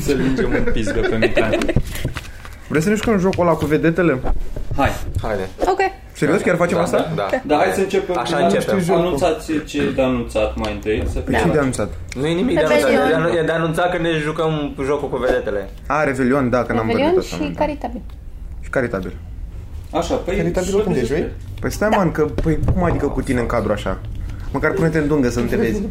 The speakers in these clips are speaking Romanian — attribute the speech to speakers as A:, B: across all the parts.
A: Să lingem un pisgă pe mecan.
B: Vrei să ne jucăm jocul ăla cu vedetele?
A: Hai.
C: Haide.
D: Ok.
B: Serios, chiar facem asta?
C: Da.
A: Da, hai să începem.
C: Așa
A: Anunț-
C: începem.
B: jocul.
A: Anunțați ce e de anunțat mai întâi. Să
C: Da.
A: fie
B: Păi
E: Da.
B: Ce de anunțat?
C: Nu e nimic de anunțat.
D: Revelion.
C: E de anu- E de anunțat că ne jucăm jocul cu vedetele.
B: A, Revelion, da, că n-am vorbit
D: Revelion
B: asta.
D: și caritabil.
B: Și caritabil.
A: Așa, păi...
E: Caritabilul cum ești, vei?
B: Păi stai, man, că, păi, cum adică cu tine în cadru așa? Măcar pune-te în dungă să nu te vezi.
D: Da,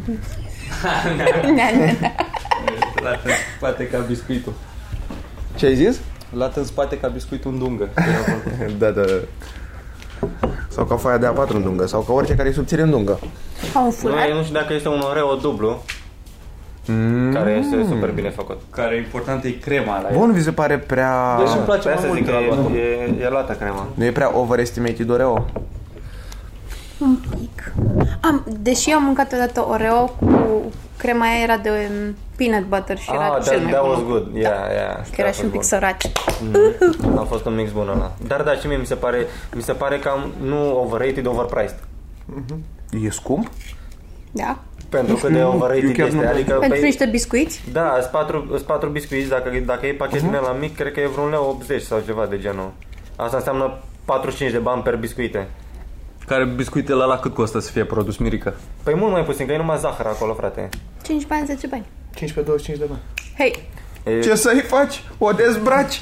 D: da, da.
C: Lat în spate ca biscuitul.
B: Ce ai zis?
C: Lat în spate ca biscuitul în dungă.
B: Da, da, da. Sau ca foaia de A4 în dungă, sau ca orice care e subțire în dungă.
D: Ca un
C: Noi
D: furat.
C: nu știu dacă este un oreo dublu. Care este super bine făcut.
A: Care e important e crema la el.
B: Bun, vi se pare prea...
C: Deci îmi place
A: pe
C: mai
A: asta
C: mult
A: zic
C: că
A: că l-a luat.
C: e, e, e luată crema.
B: Nu e prea overestimated Oreo?
D: Am, deși eu am mâncat odată Oreo cu crema aia era de um, peanut butter și era
C: Ah,
D: cel
C: that,
D: mai
C: that
D: bun. Da.
C: was good. Yeah, yeah.
D: Că era și
C: Da,
D: un pic săraci.
C: A Mm. fost un mix bun ăla. Dar da, și mie mi se pare, mi se pare cam nu overrated, overpriced.
B: E scump?
D: Da?
C: Pentru că de
B: eu
C: overrated
B: chiar nu-
C: este. Adică
D: Pentru
C: pe-
D: niște biscuiți?
C: Da, sunt patru, sunt patru biscuiți, dacă, dacă e pachet din la mic, cred că e vreun leu 80 sau ceva de genul. Asta înseamnă 45 de bani per biscuite.
E: Care biscuitele la cât costă să fie produs, Mirica?
C: Păi mult mai puțin, că e numai zahăr acolo, frate.
D: 5 bani, 10 bani.
E: 15-25 de bani.
D: Hei,
C: E,
B: Ce să-i faci? O dezbraci?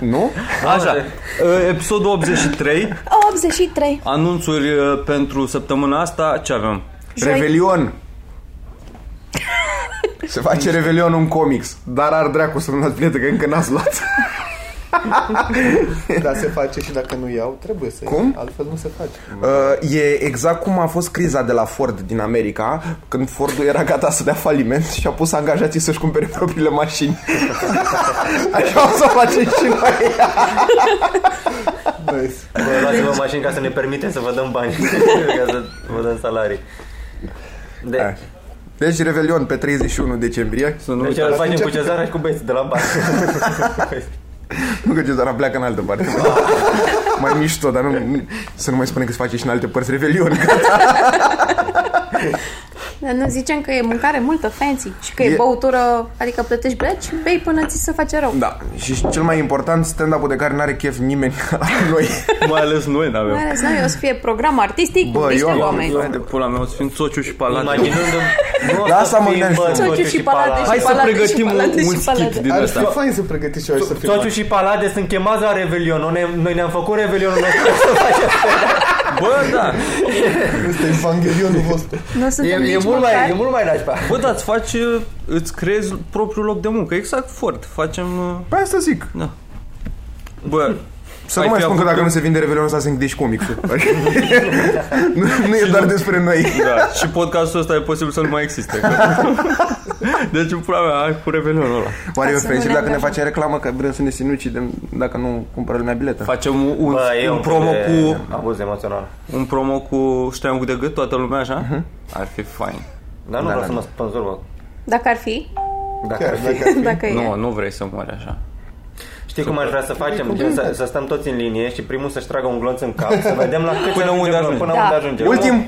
B: nu?
E: Așa, uh, episodul 83,
D: 83.
E: anunțuri uh, pentru săptămâna asta, ce avem?
D: Joi.
B: Revelion! Se face Revelion un comics, dar ar dracu să nu dați bilete, că încă n-ați luat.
F: Dar se face și dacă nu iau, trebuie să
B: Cum?
F: Iau, altfel nu se face.
B: Uh, e exact cum a fost criza de la Ford din America, când Fordul era gata să dea faliment și a pus angajații să-și cumpere propriile mașini. Așa o să facem și noi.
F: Nice.
C: Bă, luați-vă mașini ca să ne permitem să vă dăm bani, ca să vă dăm salarii. De,
B: Deci Revelion pe 31 decembrie.
E: Să nu
C: deci
E: uitați.
C: îl facem cu cezara și cu beți de la bani.
B: Nu că Cezara pleacă în altă parte. mai mișto, dar nu, să nu mai spune că se face și în alte părți Revelion.
D: Dar nu zicem că e mâncare multă fancy și că e,
B: E-
D: e băutură, adică plătești bilet și bei până ți se face rău.
B: Da, și cel mai important, stand-up-ul de care n-are chef nimeni ca la noi.
E: Mai ales noi
D: Mai
E: n-avem.
D: ales noi o să fie program artistic
B: Bă,
D: cu niște
B: eu am-
D: Deci oameni.
E: Hai de pula mea, o să fim sociu și palate.
C: Imaginându-mi... nu o să
B: Lasă, mă,
C: fim,
B: gândeam și
C: bă,
B: eu.
C: Sociu
D: Sociu și palade.
E: Hai să
D: palate și
E: pregătim un,
D: palate și
E: un skit
D: palate.
E: din
F: Ar fi
E: ăsta.
F: fain să pregătiți și eu să fiu.
C: Sociu și Palade sunt chemați la Revelion. Noi, ne- noi ne-am făcut Revelionul nostru.
E: Bă, da,
F: Este evanghelionul vostru.
D: Nu suntem
C: E, e,
D: nici
C: mult mai,
D: măcar.
C: e mult mai nașpa.
E: bă, da, îți faci, uh, îți creezi propriul loc de muncă, exact Ford, facem, uh,
B: Pe Păi asta zic.
E: bă,
B: Să
E: Ai
B: nu mai
E: fi
B: spun că
E: avut
B: dacă
E: un-
B: nu se vinde Revelionul ăsta se închidești comicul. nu, nu e doar despre noi.
E: da, și podcastul ăsta e posibil să nu mai existe. Că... Deci, în pula mea, hai cu revelionul ăla.
B: Oare e
D: Ca să nu
B: ofensiv
D: ne
B: dacă ne
D: angajăm.
B: face reclamă că vrem să ne sinucidem dacă nu cumpără lumea biletă?
E: Facem un, un,
C: Bă, e
E: un
C: un
E: promo
C: fel de
E: cu
C: abuz emoțional.
E: un promo cu știam de gât toată lumea așa?
B: Mhm.
E: Ar fi fain.
C: Dar nu
B: Da,
C: vreau
B: da,
C: să
B: da.
C: mă spânzur, bă.
D: Dacă ar fi,
C: Dacă
F: Chiar,
C: ar fi.
F: dacă...
D: dacă e.
E: Nu, nu vrei să mori așa.
C: Știi cum aș vrea să facem? Gen, Să, să stăm toți în linie și primul să-și tragă un glonț în cap, să vedem la cât
E: Până unde ajunge.
C: Până
D: Da.
C: unde ajunge.
B: Ultim!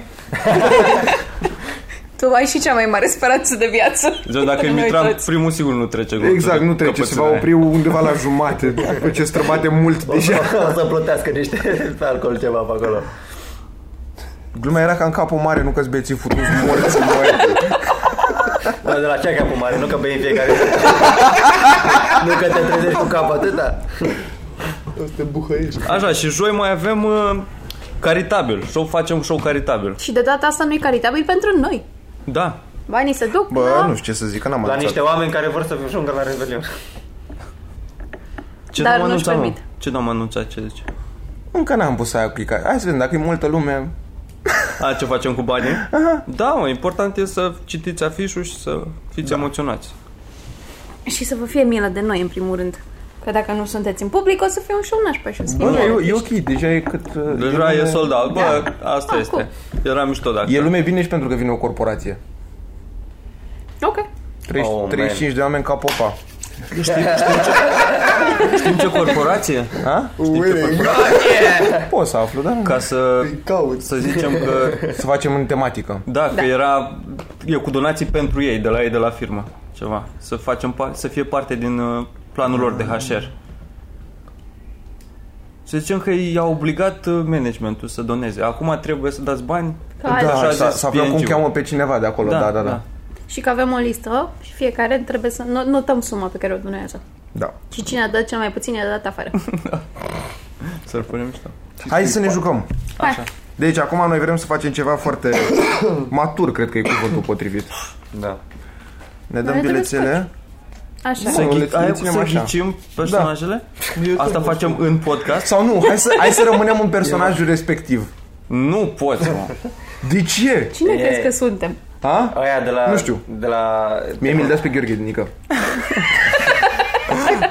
D: Tu ai și cea mai mare speranță de viață.
E: Deci, dacă
D: Noi
E: îl mitram,
D: toți.
E: primul sigur nu trece. glonțul
B: Exact,
E: de
B: nu trece, se va
E: căpățânaia.
B: opri undeva la jumate, după ce străbate mult deja.
C: O să plătească niște pe alcool ceva pe acolo.
B: Glumea era ca în capul mare, nu că-ți beții futuți morți noi.
C: Bă, de la cea capul mare, nu că bei în fiecare zi. Nu că te trezești cu da. cap atâta.
F: O să te buhăiești.
E: Așa, și joi mai avem uh, caritabil. Show, facem un show caritabil.
D: Și de data asta nu e caritabil pentru noi.
E: Da.
D: Banii se duc da?
B: Bă,
D: la...
B: nu știu ce să zic, că n-am
C: La
B: anunțat.
C: niște oameni care vor să ajungă la Revelion.
E: Ce
D: Dar
E: n-am
D: nu-și
E: anunțat, mă?
D: permit.
E: Ce n-am anunțat, ce zici?
B: Încă n-am pus aia clicat. Hai să vedem, dacă e multă lume,
E: A, ce facem cu banii? Da, mă, important e să citiți afișul și să fiți emoționați.
D: Și să vă fie milă de noi, în primul rând. Că dacă nu sunteți în public, o să fie un show nașpa și o să fie
B: Bă,
D: milă.
B: e, e ok, deja e cât... uh,
E: Deja e
B: lume-
E: sold out. Bă, asta
D: Ah,
E: este. Era mișto da. dacă.
B: E lume bine și pentru că vine o corporație.
D: Ok.
B: Că 30,
C: Oh, man.
B: 35 de oameni ca popa.
E: Știm ce corporație?
B: A?
F: Winning.
B: Pot să aflu, da?
E: Ca să,
F: Îi cauți.
E: să zicem că
B: Să facem în tematică.
E: Da, că era e cu donații pentru ei, de la ei, de la firmă, ceva. Să facem par- să fie parte din uh, planul lor de HR. Să zicem că i-a obligat uh, managementul să doneze. Acum trebuie să dați bani.
D: Ca
E: Da,
D: alții.
E: așa
B: Da, să,
E: zis
B: să aflăm cum
E: PNG-ul.
B: cheamă pe cineva de acolo, da, da, da.
D: Și că avem o listă și fiecare trebuie să no- notăm suma pe care o donează.
B: da.
D: Și cine a dat cel mai puțin i-a dat afară.
E: Să-l punem și da.
B: Hai să ne jucăm.
D: Așa.
B: Deci acum noi vrem să facem ceva foarte matur, cred că e cuvântul potrivit.
C: Da.
B: Ne
D: Noi
B: dăm
D: trebuie să
B: bilețele.
D: Așa.
E: Da. Să,
B: le-
E: ghi-
B: le
E: aia,
B: ținem
E: să
B: așa.
E: ghicim personajele? Asta facem în podcast?
B: Sau nu, hai să, hai să rămânem în personajul respectiv.
E: Nu poți, mă.
B: De ce?
D: Cine
C: E-
D: crezi că suntem?
B: Ha?
C: Aia de la...
B: Nu știu.
C: De la...
B: Mie mi-l dați pe Gheorghe Dinică.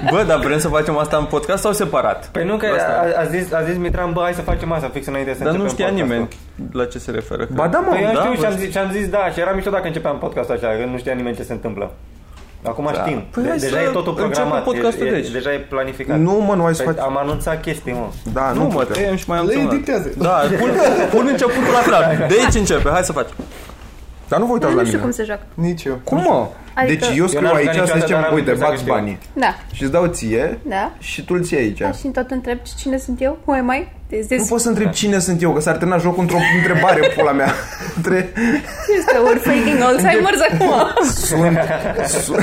E: Bă, dar vrem să facem asta în podcast sau separat?
C: Păi nu că a, a, zis, a zis Mitran, bă, hai să facem asta fix înainte să
E: Dar nu
C: începem
E: știa
C: podcastul.
E: nimeni la ce se referă. că-
B: Ba da, mă.
C: Păi eu
E: Da,
C: știu
E: vă
C: și am
E: știu.
C: zis, și am zis da, și era mișto dacă începeam podcastul așa, că nu știa nimeni ce se întâmplă. Acum știm.
E: Păi hai
C: de,
E: să
C: deja e totul
E: începem
C: programat.
E: podcastul
C: e,
E: de
C: e,
E: aici.
C: deja e planificat.
B: Nu, mă, nu ai să
C: Păi,
B: faci.
C: am anunțat chestii, mă.
B: Da,
E: Nu,
B: nu
E: mă,
B: putem.
E: tăiem și mai am
F: Le
E: sunat.
F: editează.
E: Păi Da, pun, pun începutul la clar. De aici începe, hai să facem.
B: Dar nu vă uitați
D: Eu
B: la
D: nu știu
B: mine.
D: cum se joacă.
F: Nici eu.
B: Cum, mă?
D: Adică-
B: Deci eu scriu
C: n-am
B: aici
C: jucat
B: să
C: niciodată, dar
B: zicem,
C: am
B: uite,
C: înțeles
B: bați
C: că știu.
B: banii.
D: Da.
B: Și îți dau ție
D: Da.
B: și tu îl ții aici.
D: Da, și tot întreb cine sunt eu? Who am I? This,
B: Nu
D: this
B: pot să întreb cine sunt eu, că s-ar termina jocul într-o întrebare, pula mea. Între...
D: este we're faking Alzheimer's acum.
B: Sunt... sunt...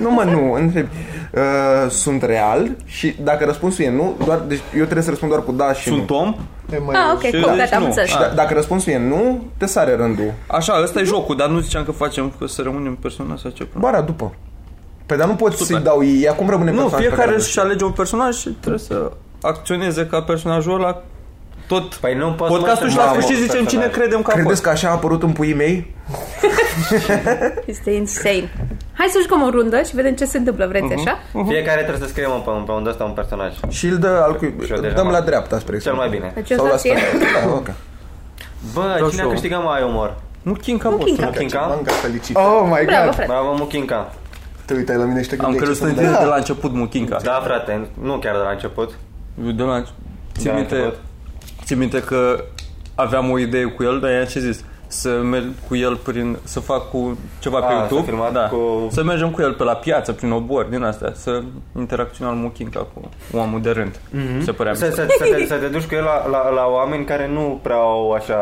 B: nu mă, nu, întreb. Uh, sunt real și dacă răspunsul e nu, doar, deci eu trebuie să răspund doar cu da și
E: Sunt
B: nu.
E: om?
F: E mai
D: Ah, ok,
E: Și
D: cool,
E: deci
D: gata, am
E: nu.
D: înțeles.
E: Ah.
B: Da, dacă răspunsul e nu, te sare rândul.
E: Așa, ăsta e jocul, dar nu ziceam că facem că să rămânem persoana sau ce până.
B: Bara după. Păi dar nu pot
E: Super.
B: să-i dau ei, acum rămâne
E: Nu,
B: persoana pe
E: fiecare
B: care-
E: își alege un personaj și trebuie să acționeze ca personajul ăla tot
C: Păi nu poți
E: podcastul
C: mă,
E: și
C: să-
E: la
C: da, mă,
E: sfârșit zicem
C: personaj.
E: cine credem că a
B: Credeți
E: fost.
B: că așa a apărut în puii mei?
D: Este insane. Hai să jucăm o rundă și vedem ce se întâmplă, vreți așa?
C: Fiecare trebuie să scrie, mă, pe, un- pe un ăsta un personaj.
B: Și îl dă al cui...
C: Și eu deja
B: Dăm
C: m-am-
B: la dreapta, spre
C: Cel
B: exemplu.
C: mai bine.
D: Deci eu
B: Sau
D: să
B: la
D: fie...
B: stânga. Da, ok.
C: Bă, cine
E: și eu.
C: a câștigat mai umor?
E: Nu Kinka Boss.
D: Kinka.
C: Muchinca?
F: Manga felicită.
B: Oh my
D: Bravo,
B: god.
D: frate.
C: Bravo, Muchinca.
F: Te uitai la mine și te
E: Am
F: gândeai ce
E: crezut să
F: să-mi
E: înțeles
F: dai.
E: de la început Muchinca.
C: Da, frate, nu chiar de la început.
E: De la Țin
C: Da,
E: minte,
C: început.
E: țin minte că aveam o idee cu el, dar i-am ce zis? Să merg cu el prin, să fac cu ceva pe
C: A,
E: YouTube.
C: să filmat
E: da.
C: cu-
E: Să mergem cu el pe la piață, prin obor, din astea. Să interacționăm al Muchinca cu omul de rând.
F: Mhm.
E: Se părea
C: Să,
E: mișto.
C: să, să, te, să te duci cu el la, la, la oameni care nu prea au așa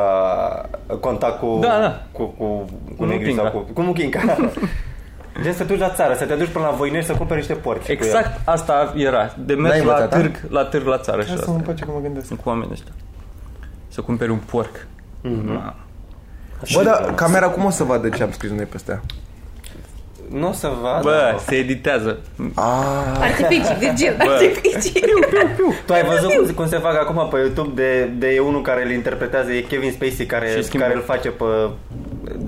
C: contact cu
E: Da, da.
C: cu cu, cu
E: Cu
C: negri
E: muchinca.
C: sau cu cu muchinca. Gen să te duci la țară, să te duci până la Voinești să cumperi niște porci. cu el.
E: Exact asta era. De mers
B: N-ai
E: la
B: învățat, da?
E: târg, la târg la țară și
F: Hai să
E: asta.
F: mă pace că mă gândesc.
E: Sunt cu oamenii ăștia. Să cumperi un porc.
F: Mhm.
E: Da.
B: Bă, dar camera cum o să vadă ce am scris noi pe astea?
C: Nu o să vadă.
E: Bă, se editează.
D: Artificii, Virgil, artificii.
C: Tu ai văzut
D: Da,
C: cum, cum se fac acum pe YouTube de, de e unul care îl interpretează, e Kevin Spacey care,
E: Și schimbă.
C: care îl face pe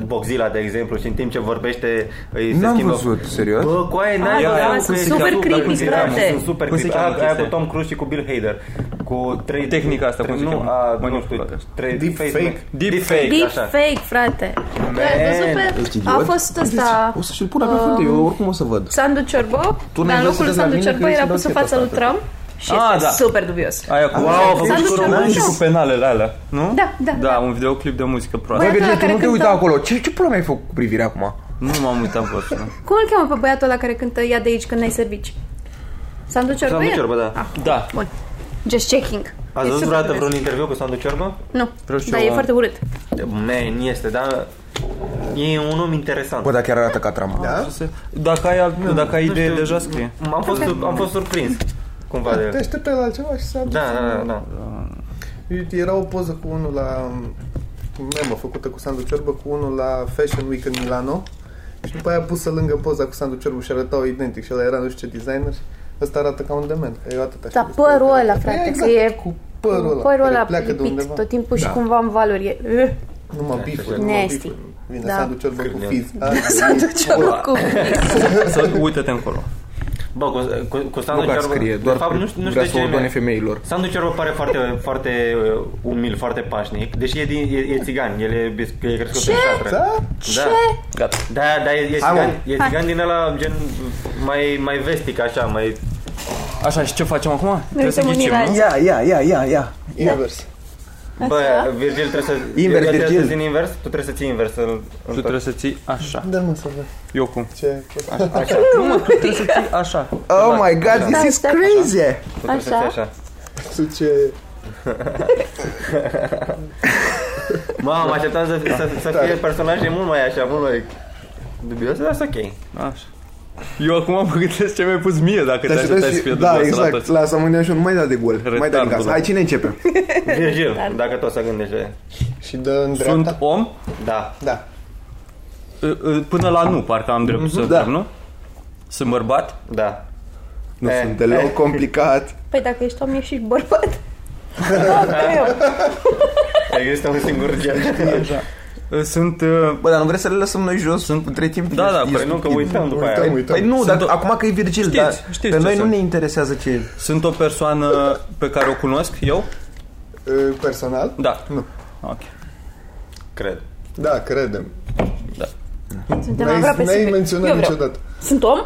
C: Boxila, de exemplu, și în timp ce vorbește îi se
B: N-am
C: schimbă.
B: văzut, serios?
C: Bă, cu aia n-ai
D: Ah,
C: văzut,
D: da,
C: cu
D: sunt
C: el,
D: super
C: cu-
D: creepy,
C: cu- cu-
D: frate.
C: Da, Sunt super
E: Cum se
C: creepy.
E: cheamă
C: Aia, aia cu
E: chestia?
C: Tom Cruise și cu Bill Hader. Cu trei...
E: Tehnica asta,
C: trei,
E: cum se
C: nu,
E: cheamă?
C: a, nu știu,
E: Manipularea asta.
C: trei...
F: Deep
C: face-
F: fake.
E: Deep
C: Deep
E: fake.
C: fake,
D: Deep
C: așa.
D: fate, frate. Tu ai văzut
B: Ești
D: pe...
B: idiot?
D: A fost ăsta... uh,
B: O deci, să și-l pun acolo, frate, eu oricum o să văd.
D: Sandu Ciorbo,
B: Tu ne
D: dar în
B: înveți să
D: locul
B: te la
D: Sandu
B: mine că
D: Ciorbo
B: eu
D: era
B: să dau
D: pusă
B: ție pe
D: fața lui
B: asta,
D: Trump și
E: Ah,
D: este
E: da.
D: super dubios.
E: Aia cu,
C: Wow, a
D: S-a
C: făcut
D: dus
C: și cu
D: cel
C: români
D: mai
E: și cu
D: jos.
E: penalele alea, nu?
D: Da, da,
E: Da,
D: da.
E: un videoclip de muzică proastă.
B: Băi,
D: Băiatul ăla
B: Virgil, tu
D: care
B: nu te uita
D: cânta-
B: acolo. Ce, ce pula mea ai făcut cu privirea acum?
E: Nu m-am uitat pe asta.
D: Cum îl cheamă pe băiatul ăla care cântă Ia de aici când n-ai servici? Sandu Ciorbo
C: Sandu
D: e?
C: Ciorbă, da.
D: Ah,
E: Da.
D: Bun. Just checking.
C: Ați
D: E
C: văzut
D: super
C: vreodată
D: dubios.
C: vreun interviu cu Sandu Ciorbă?
D: Nu,
E: Vreau și
D: dar
E: eu
D: e
E: am.
D: foarte urât.
C: Man, este, dar e un om interesant.
B: Bă, dar chiar arată ca trama.
F: Da?
E: Dacă ai, alt, dacă ai idee,
C: știu.
E: deja scrie.
C: am, fost, am fost surprins cumva de
F: Te
B: Deci-
C: el.
F: așteptai la altceva și s-a dus.
C: Da, da, da, da.
F: Uite, Era o poză cu unul la um, memă făcută cu Sandu Ciorbă cu unul la Fashion Week în Milano și după aia pusă lângă poza cu Sandu Ciorbă și arătau identic și ăla era nu știu ce designer și ăsta arată ca un dement, că eu atât așa.
D: Dar Da, părul ăla, frate,
F: E, exact,
D: că e
F: cu părul ăla,
D: părul
F: care
D: ăla
F: pleacă de
D: lipit
F: undeva.
D: tot timpul
E: Da.
D: și cumva în valuri. E...
F: Nu mă bifuri, nu mă
D: Nasty.
F: bifuri. Vine
D: Da.
F: Sandu Ciorbă cu
C: Cârnea.
F: fiz. Azi,
D: Sandu Ciorbo cu...
E: Să, uite-te încolo.
C: Bă, cu, cu, cu
B: Nu
C: sandwich
B: că
C: ciorbă-
B: scrie, doar
C: de fapt, nu știu, nu știu
B: vrea
C: de
B: să
C: ce
B: o done
C: mi-a-
B: femeilor.
C: Sandwichul meu pare foarte, foarte uh, umil, foarte pașnic, deși e, din, e, e țigan, el e, bis- e crescut
D: Ce?
C: în șatră.
F: Da?
C: Da.
B: Gata.
C: Da, da, e, e
B: Hai,
C: țigan,
B: mă.
C: e
D: Hai.
C: țigan din ăla gen mai, mai vestic așa, mai...
E: Așa, și ce facem acum? Trebuie să
D: uităm în
E: ghicim,
D: miraj.
E: nu?
B: Ia, ia, ia, ia, ia.
F: Invers.
C: Bă, Virgil trebuie să...
B: Invers,
C: eu trebuie
B: Virgil.
C: să țin invers, tu trebuie să ții invers. Îl,
E: Tu
C: îl
E: trebuie să ții așa.
F: Da, mă să văd
E: Eu cum?
F: ce...
E: Așa. Nu, mă, tu trebuie să ții așa.
B: Oh my god, this
D: Da,
B: is
D: stai.
B: crazy!
C: tu trebuie să
D: Așa.
C: ții așa.
F: Cu ce...
B: Da.
C: Mamă, mă așteptam să, să, să fie personaje mult mai așa, mult mai... Dubios, dar sunt ok.
E: Așa. Eu acum mă gândesc ce mi-ai pus mie dacă te așteptai să fie
B: da,
E: dubioasă la
B: exact.
E: toți.
B: La să mă și eu, nu mai da de gol. Mai da din
E: Retardul.
B: casă. Hai, cine începe?
C: Virgil, dacă tot să gândește.
F: Și dă în dreapta?
E: Sunt om
C: Da.
F: Da.
E: uh, uh, până la nu, parcă am dreptul să întreb, nu? Sunt bărbat?
C: Da.
B: Nu
C: Eh,
B: sunt deloc complicat.
D: Păi dacă ești om, ești și bărbat. Da, greu.
C: Există un singur gen.
E: Uh, Sunt... uh,
B: Bă, dar nu vrei să le lăsăm noi jos sunt între timp?
E: Da, da, păi
C: Nu, că uităm după aia.
F: Uităm, uităm.
B: Păi nu,
E: Sunt
B: dar
E: o-
B: acum că e Virgil,
E: Știți,
B: dar
E: știți
B: pe
E: ce
B: noi nu
E: sunt.
B: ne interesează ce e.
E: Sunt o persoană pe care o cunosc eu?
F: Uh, Personal?
E: Da.
F: Nu.
E: Ok.
C: Cred.
F: Da, credem.
D: Suntem
F: N-ai,
D: aproape
F: n-ai
D: sigur. Eu
F: menționat
D: vreau.
F: niciodată.
D: Sunt om?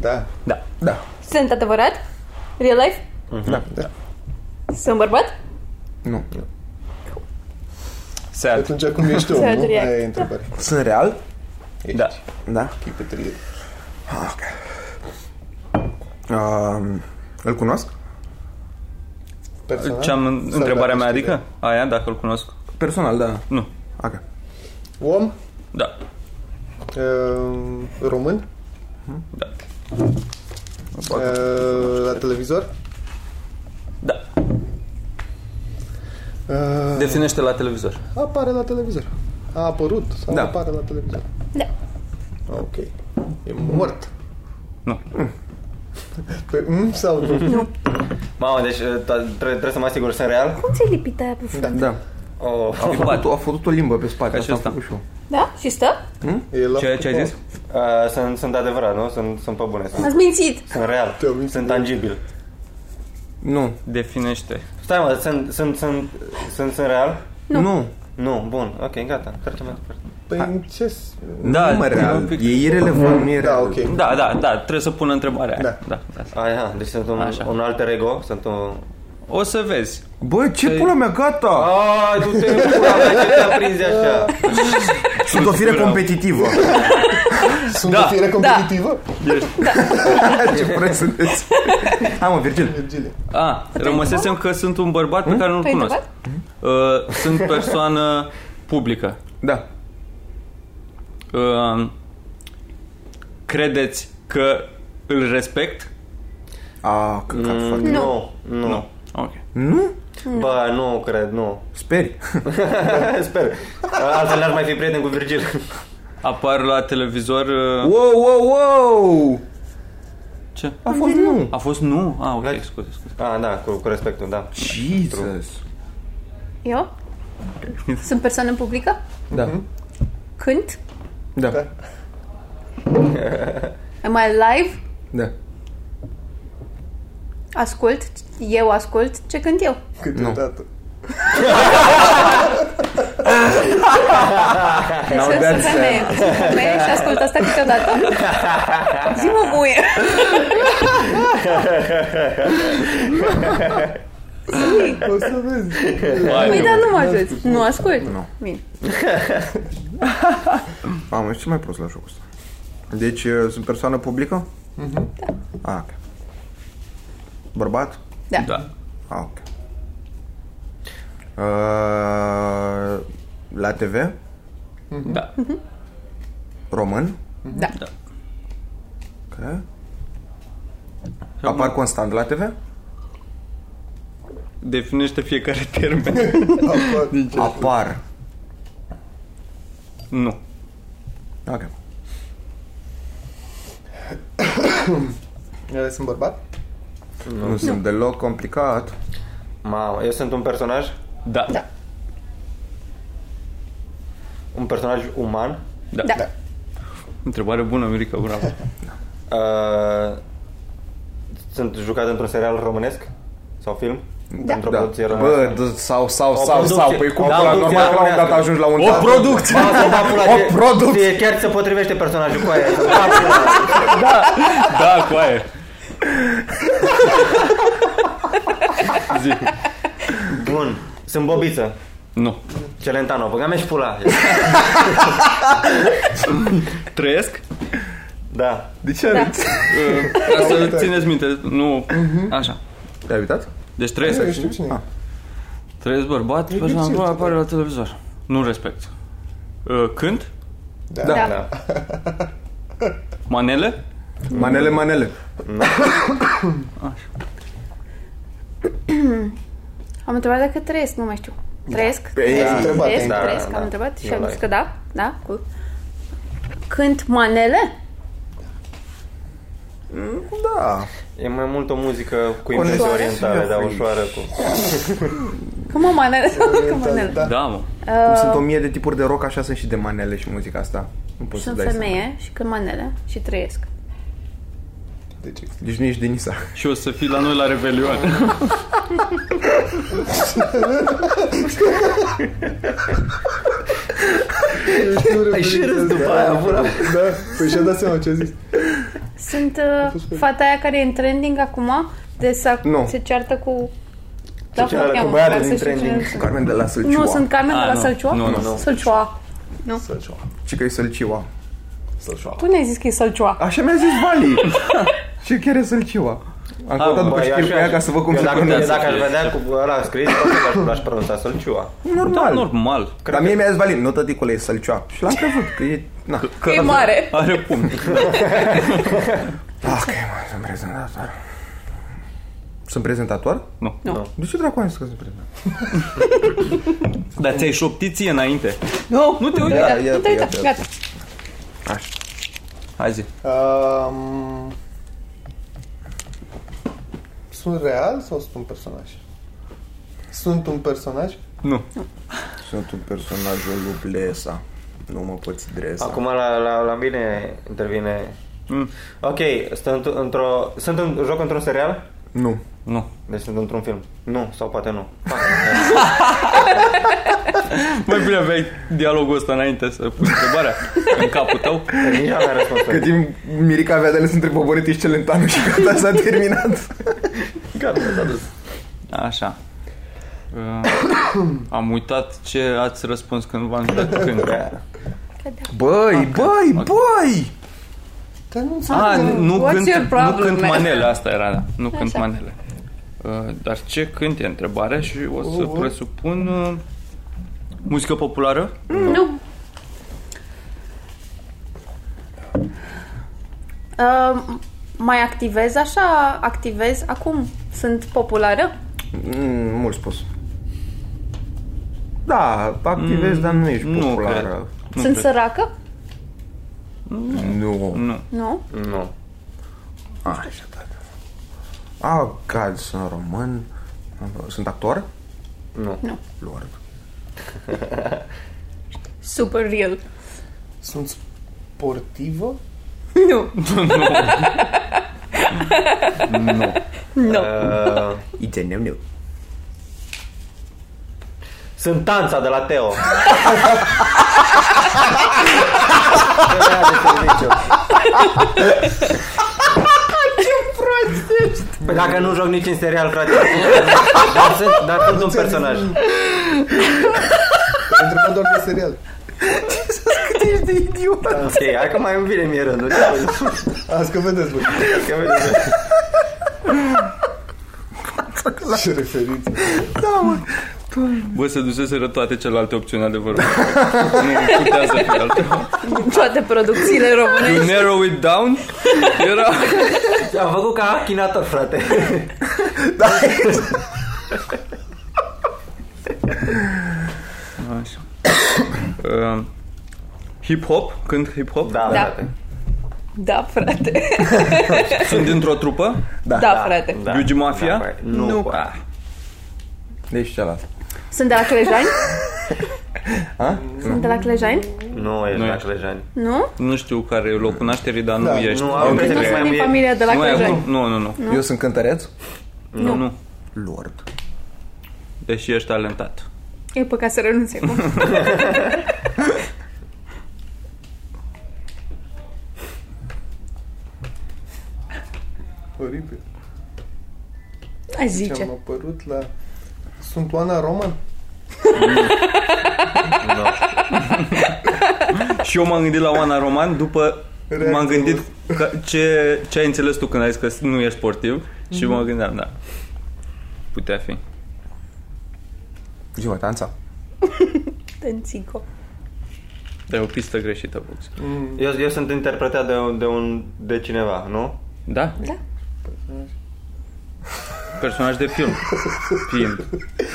F: Da.
E: Da.
B: Da.
D: Sunt adevărat? Real life?
E: Mhm.
B: Da.
D: Sunt bărbat?
B: Nu.
E: Sad.
F: Atunci cum ești om, nu?
D: Să
F: Aia
D: react.
F: e întrebarea.
B: Sunt real?
F: Ești.
E: Da.
B: Da.
F: Keep it real.
B: Um, îl cunosc?
F: Personal?
E: Ce am
F: Sau
E: întrebarea
F: dacă
E: mea,
F: știi
E: adică? Aia, dacă îl cunosc?
B: Personal, da.
E: Nu.
B: Ok.
F: de- Om?
E: Da.
F: Uh, român?
E: Da.
F: Uh, la televizor?
E: Da.
F: Uh,
E: Definește la televizor.
F: apare la televizor. A apărut sau
B: Da.
F: apare la televizor?
D: Da.
F: Ok. E mort.
E: Nu.
F: Pe mm sau nu?
C: Mamă, deci uh, to- tre- trebuie să mă asigur, sunt real?
D: Cum ți-ai lipit aia pe frunte?
B: Da.
C: Oh.
B: A făcut, a făcut o limbă pe spate.
E: Ca și
B: Asta am
E: ăsta.
B: făcut și eu.
D: Da? Și stă?
F: E la
E: Ce, ce ai zis?
C: Uh, sunt, sunt adevărat, nu? Sunt, sunt pe bune, sunt,
D: Ați mințit!
C: sunt real,
F: Te-am mințit.
C: sunt tangibil.
B: Nu.
E: Definește.
C: Stai mă, sunt, sunt, sunt, sunt, sunt real?
B: Nu. Nu.
C: Nu, bun, ok, gata, trecem mai departe.
F: Păi în ce... s-
E: Da,
B: nu mă
E: un
B: real.
E: pic-
B: E irelevant, nu e
F: Da,
B: real.
F: ok.
E: Da, da, da, trebuie să pun întrebarea aia. Da. da, da.
C: Aia, deci sunt un,
E: Așa.
C: un alter ego, sunt un...
E: O să vezi.
B: Bă,
E: Păi-
B: ce pula mea, gata!
C: Ai, du-te în pula mea, ce te-a prins așa?
B: Sunt o fire competitivă.
F: Sunt
E: Da.
F: o fire competitivă?
B: ce prost sunteți. Hai mă, Virgil.
F: Virgilie.
E: A, rămăsesem că sunt un bărbat
F: Hm?
E: pe care nu-l
D: Tu ai
E: cunosc.
D: întrebat?
E: Uh, sunt persoană publică.
B: Da.
E: Uh, credeți că îl respect?
B: A, căcat,
E: Mm.
B: fac.
C: Nu, Mm. nu.
E: Ok.
B: Nu?
C: Bă, nu cred, nu.
B: Speri.
C: Sper. Altfel n-ar mai fi prieten cu Virgil.
E: Apar la televizor... Uh,
B: Wow, wow, wow!
E: ce?
B: A fost nu.
E: A fost nu? A, ok, scuze, scuze.
C: Ah, da, cu, cu respectul, da.
B: Jesus.
D: Eu? Sunt persoană publică?
B: Da.
D: Cânt?
B: Da.
D: Am I live?
B: Da.
D: Ascult? Eu ascult? Ce cânt eu?
F: Câteodată.
D: Deci sunt
B: that's
D: femeie. Sunt femeie și ascult asta câteodată. Zi-mă, muie!
F: O să vezi.
D: Păi da, nu mă ajuți. Nu ascult. Bine.
B: Am ești mai prost la jocul ăsta. Deci eh, sunt persoană publică? Mhm. Da. ok. Bărbat?
D: Da.
E: Da.
B: Ah, ok. Uh, la TV?
E: Da.
B: Român?
D: Da.
E: Da.
B: Ok. Apar constant la TV?
E: Definește fiecare termen.
F: Apar.
B: Apar.
E: nu.
B: Ok.
F: Eh, Sunt bărbat?
B: Nu, sunt deloc complicat.
C: Mamă, eu sunt un personaj,
E: Da.
D: Da.
C: un personaj uman.
E: Da.
D: Da.
E: Întrebare bună, Mirica, bravo.
C: Uh, sunt jucat într-un serial românesc sau film?
D: Da.
C: Într-o
B: Da.
C: producție românescă.
B: Bă, d- sau, sau, sau, sau,
C: producție-
B: păi cum,
C: da,
B: la
C: o producție
B: normal că la un dat
C: românească.
B: ajungi la un
E: O producție!
C: Ba, să-mi dea pula,
B: da. O
C: ție-
B: producție.
C: ție chiar se potrivește personajul cu aia. să-mi dea pula.
E: Da, cu aia. Zi.
C: Bun. Sunt Bobiță.
E: Nu.
C: Celentano. Băga mea și pula.
E: Trăiesc?
C: Da.
B: De ce râzi?
E: Uh, Ca să țineți minte, nu... Așa.
B: Te-ai uitat?
E: Deci
F: Eu
E: trăiesc.
F: Păi, știu cine e.
E: Trăiesc bărbat, pe
F: bine,
E: Jean
F: simt,
E: Blanc
F: da.
E: apare la televizor. Nu respect. Uh, Cânt?
F: Da.
D: Da.
C: Da.
E: Manele?
B: Manele, manele.
D: Am întrebat dacă trăiesc, nu mai știu. Trăiesc?
B: Ei,
D: Trăiesc,
F: întrebat,
D: trăiesc,
C: da,
D: trăiesc,
C: da.
D: am întrebat și
C: Nu
D: am
C: l-ai.
D: zis că da, da, cool. Cânt manele?
B: Da.
C: E mai mult o muzică cu impresie
D: Ușoară?
C: orientală, dar ușoară cu...
D: Că mă manele, că manele. Uh,
F: Da.
E: Da, mă.
B: Cum sunt o mie de tipuri de rock, așa sunt și de manele și muzica asta. Nu poți să
D: Sunt
B: dai seama.
D: femeie și cânt manele și trăiesc.
F: Deci,
B: Deci nu ești Denisa.
E: Și o să fii la noi la Revelion. Da,
F: Ai și râs după aia, pula. Da, păi și-a dat seama ce a zis.
D: Sunt uh, fata aia care e în trending acum, de sa,
B: Nu.
D: se ceartă cu... Da,
C: ceartă
D: cum
C: cu
D: o cheamă,
C: băiatul
D: ca să
C: din
D: știu cine
C: trending.
D: sunt.
B: Carmen de la Sălcioa.
D: Nu, sunt Carmen de
E: Ah,
D: la
E: nu.
D: Sălcioa?
E: Nu, nu,
D: nu. Sălcioa.
F: Sălcioa.
B: Și că e Sălcioa.
F: Sălcioa.
D: Tu ne-ai zis că e Sălcioa.
E: Ah,
B: Așa mi-a zis Vali. și chiar e Sălcioa. Am căutat după
C: Bă, e
B: știri cu
C: așa.
B: ea ca să văd cum
C: Eu
B: se
C: dacă, eu
B: pronunează.
C: dacă aș
E: fie.
C: vedea cu ăla scris, poate că aș- l-aș pronunța Sălciua.
E: Da,
B: Normal.
E: normal.
B: Dar mie mi-a zis Valin, nu tăticule, e Sălcioa. Și l-am crezut că e... Na.
D: Că e mare.
E: Are pumn.
B: Ah, ok, mă, sunt prezentator. Sunt prezentator?
E: Nu.
B: De ce dracu am zis că sunt prezentator?
E: Dar ți-ai șoptit ție înainte. Nu, nu te uita.
D: Da,
B: ia-
D: nu te
B: ia-
D: uita,
B: ia-
D: gata.
B: Așa.
E: Hai zi.
F: Um, sunt real sau sunt un personaj? Sunt un personaj?
E: Nu.
B: Sunt un personaj lui Blesa. Nu mă poți dresa.
C: Acum la, la, la mine intervine...
E: Mm.
C: Ok, sunt într-o... Sunt în joc într-un serial?
B: Nu.
E: Nu.
C: Deci sunt într-un film. Nu, sau poate nu. Fuck.
E: Mai bine aveai dialogul ăsta înainte să pui întrebarea în capul tău.
C: Nici nu avea
B: Cât
C: răspunsul.
B: timp Mirica avea de ales între Bobonete și Celentano și gata, s-a terminat.
C: Gata, s-a dus.
E: Așa. Uh, am uitat ce ați răspuns când v-am dat când.
D: Ah,
B: Băi, băi, băi!
F: Dar nu înțeleg.
E: A, Ah, nu
D: What's
E: cânt,
D: your
E: nu
D: problem,
E: cânt
D: man?
E: manele, asta era, da. Nu cânt
D: Așa.
E: manele. Uh, dar ce cânt e întrebarea și o să
D: Oh.
E: presupun uh, muzică populară?
D: Mm, Nu. Uh, mai activez așa? Activez acum? Sunt populară?
B: Mm, mult spus. Da, activezi, dar nu ești
E: nu
B: populară.
E: Nu
D: Sunt
E: cred.
D: săracă?
B: Nu. Mm.
E: Nu.
D: Nu.
C: Nu.
B: Așa, da, tata. Ah, God, sunt român. Sunt actor?
C: Nu.
B: Lord.
D: Super real.
F: Sunt sportivă?
D: Nu.
B: Nu.
D: Nu.
C: Uh,
B: It's a new
C: sunt tanța de la Teo. Păi dacă nu joc nici în serial, frate. Dar sunt, dar sunt un personaj.
F: Te-am întrebat doar de serial.
C: Ok, hai că mai îmi vine mie rândul. Ia uite,
F: Azi că vedeți, bă.
C: că vezi.
F: Ce referință.
E: Bă, se duseseră toate celelalte opțiuni, adevărul. nu putea să fie altceva.
D: Toate producțiile române.
E: You narrow it down? Era...
C: Am făcut ca achinator, frate.
E: Așa. Uh, hip-hop? Cânt hip-hop?
C: Da,
D: Da.
C: frate.
D: Da, frate.
E: Sunt dintr-o trupă?
D: Da, frate.
E: Biugi Mafia?
C: Da, băi,
E: Nu.
C: Nu. Ah.
B: Deci cealaltă.
D: Sunt de la Clejani?
B: A?
D: Sunt de la Clejani?
C: Nu ești
E: Nu
C: la
E: ești.
C: Clejani.
D: Nu?
E: Nu știu care e locul nașterii, dar nu
F: Da,
E: ești.
C: nu,
E: Nu,
C: am
E: nu,
D: Nu
C: Mai
D: sunt din
C: e-
D: familia de la
E: e
D: Clejani.
E: acolo. nu, nu, nu.
B: Eu sunt cântăreț?
E: Nu, nu.
B: Lord.
E: Deși ești talentat.
D: E păcat să renunț acum.
F: Oribil.
D: Aș
F: Ce am
D: zice.
F: apărut la... Sunt Oana Roman?
C: Nu.
E: Și eu m-am gândit la Oana Roman după
F: Reacția
E: m-am gândit că ce, ce ai înțeles tu când ai zis că nu ești sportiv și mă gândeam, da. Putea fi.
B: Zi, mă, tanța.
D: Tănțico.
E: Dar e o pistă greșită, Bux.
F: Mm.
C: Eu, eu sunt interpretat de, un- de, un, de cineva, nu?
E: Da?
D: Da.
E: Personaj de film. Film.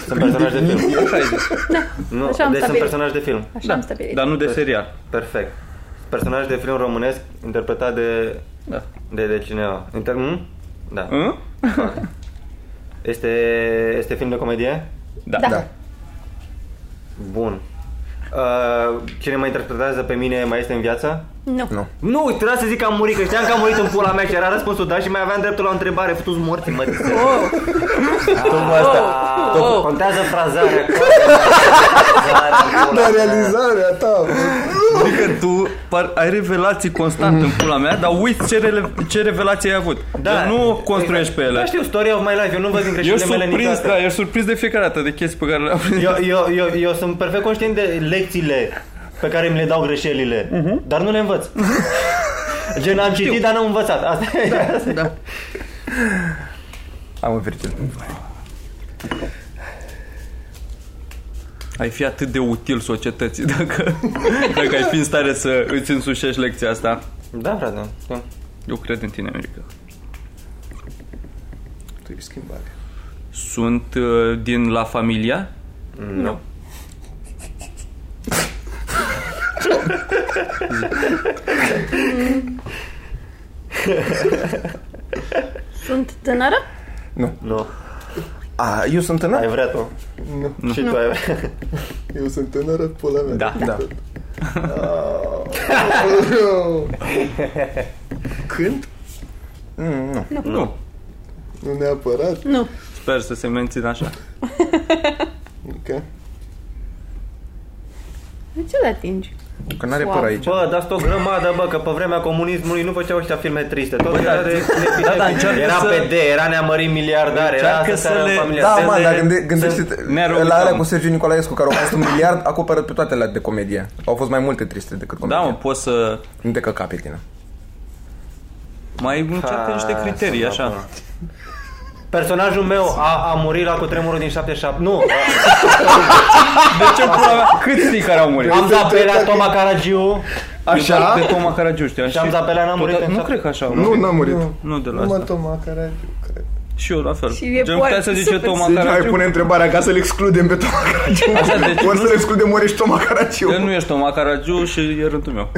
C: Sunt personaj de film.
E: Așa ai zis.
C: Nu,
D: Așa am
C: deci sunt
D: stabilit.
C: personaj de film.
D: Așa
E: Da.
D: am stabilit.
E: Dar nu de serial.
C: Perfect. Personaj de film românesc interpretat de,
E: Da.
C: de, de cineva. Inter... Mm? Da.
E: Hă?
C: Este, este film de comedie?
E: Da.
D: Da.
C: Bun. Uh, cine mă interpretează pe mine mai este în viață?
D: Nu.
B: Nu.
C: Nu, trebuia să zic că am murit, că știam că am murit în pula mea și era răspunsul da și mai aveam dreptul la o întrebare, futu-ți morții, mă.
B: Tocmai asta.
C: Oh. Contează frazarea.
F: Da, realizarea ta!
E: Adică tu par, ai revelații constant în pula mea, dar uiți ce, rele, ce revelații ai avut. Da.
C: Da.
E: Deci nu o construiești pe
C: Da,
E: ele.
C: știu, story of my life, eu nu văd din
E: Ești
C: greșelile mele
E: surprins,
C: niciodată.
E: da, ești surprins de fiecare dată de chestii pe care le-am prins.
C: Eu, eu, eu, eu sunt perfect conștient de lecțiile pe care mi le dau greșelile, dar nu le învăț. Gen, am citit, dar n-am învățat. Asta e. asta e.
B: Am un virgil.
E: Ai fi atât de util societății dacă, dacă ai fi în stare să îți însușești lecția asta.
C: Da, frate. știu.
E: Eu cred în tine, Mirica.
F: Tu ești schimbare.
E: Sunt uh, din La Familia?
C: Nu.
D: Sunt tânără?
C: Nu.
B: A, eu sunt tânăr?
C: Ai vrea tu.
F: Nu.
C: Și tu ai vrea.
F: Eu sunt tânără, pula mea.
E: Da.
B: Da.
F: Când?
B: Mm, nu.
E: Nu.
F: Nu neapărat.
D: Nu.
E: Sper să se mențină așa.
F: Ok.
D: De ce le atingi?
B: Că n-are
D: Wow.
B: păr aici.
C: Bă, dar o grămadă, bă, că pe vremea comunismului nu făceau ăștia filme triste. Tot
E: Bă,
C: era
E: dar-
C: de...
E: Da, da, încearcă
C: Era
E: să-
C: PD, era neamărit miliardar, era
E: Încearcă
C: să
E: să le-
C: seara în familia.
B: Da,
C: Să
B: mă,
C: le-
B: dar gânde, gândește-te
E: Nero
B: la alea
E: Vitam.
B: cu Sergiu Nicolaescu, care au fost un miliard, acoperă pe toate alea de comedie. Au fost mai multe triste decât
E: Da,
B: comedie.
E: mă, poți să
B: Nu te căca pe tine.
E: mai încearcă niște
C: Ha,
E: criterii,
C: sunt acolo.
E: așa.
C: Personajul meu a, a murit la cutremurul din 77. Nu,
E: Da.
C: a-
E: De ce pula mea? Câți știi care au murit?
C: am dat pe la Toma Caragiu.
E: Așa? De Toma Caragiu, știam.
C: Și am Zapelea n-a murit în
E: da, Nu
C: șapte-
E: cred că așa. au
B: Nu,
E: murit.
B: n-am murit.
E: Nu de la
F: Numai
E: asta.
F: Toma Caragiu, cred.
E: Și eu la fel.
D: Și e
E: Gen,
D: bun.
E: putea să zice
D: Super.
E: Toma
B: Deci hai
E: Caragiu.
B: pune întrebarea ca să-l excludem pe Toma Caragiu.
E: Așa, deci
B: Ori
E: nu-
B: să-l excludem, ori ești Toma Caragiu.
E: Că nu ești Toma Caragiu și e rândul meu.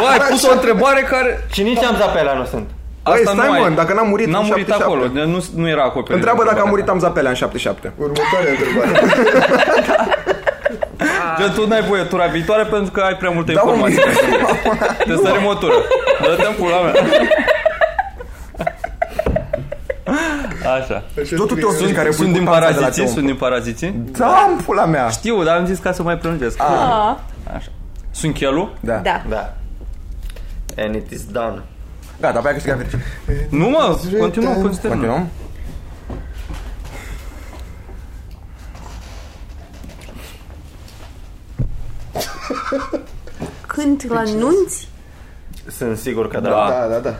E: Bă, ai pus o întrebare care...
C: Și nici am Zapelea nu sunt.
B: Băi,
E: Asta
B: stai,
E: nu ai.
B: mă, dacă n-am murit
E: N-am
B: în
E: murit
B: 77.
E: acolo, nu, nu era acoperit.
B: Întreabă dacă am
E: Întrebarea.
B: murit Amza Pelea în 77.
F: Următoarea întrebare.
E: Gen, tu n-ai voie tura viitoare pentru că ai prea multe
B: Da, mă,
E: informații. Te sărim o tură. Dă-te pula mea. Așa.
F: Așa
B: Tot tu te-o
F: scrie.
B: suci care pui
E: Sunt din
B: cu tanța de la
E: paraziții,
B: Teom.
E: sunt din paraziții.
B: Da, în pula mea.
E: Știu, dar am zis ca să mai prelungesc.
D: Ah.
E: Sunt chelu?
B: Da.
D: Da.
C: Da. And it is done.
B: Gata, pe aia câștigat Virgil.
E: Nu mă, continuăm, continuăm.
B: Continuăm?
D: Cânt la nunți?
C: Sunt sigur că da.
E: Da.
F: Da, da, da.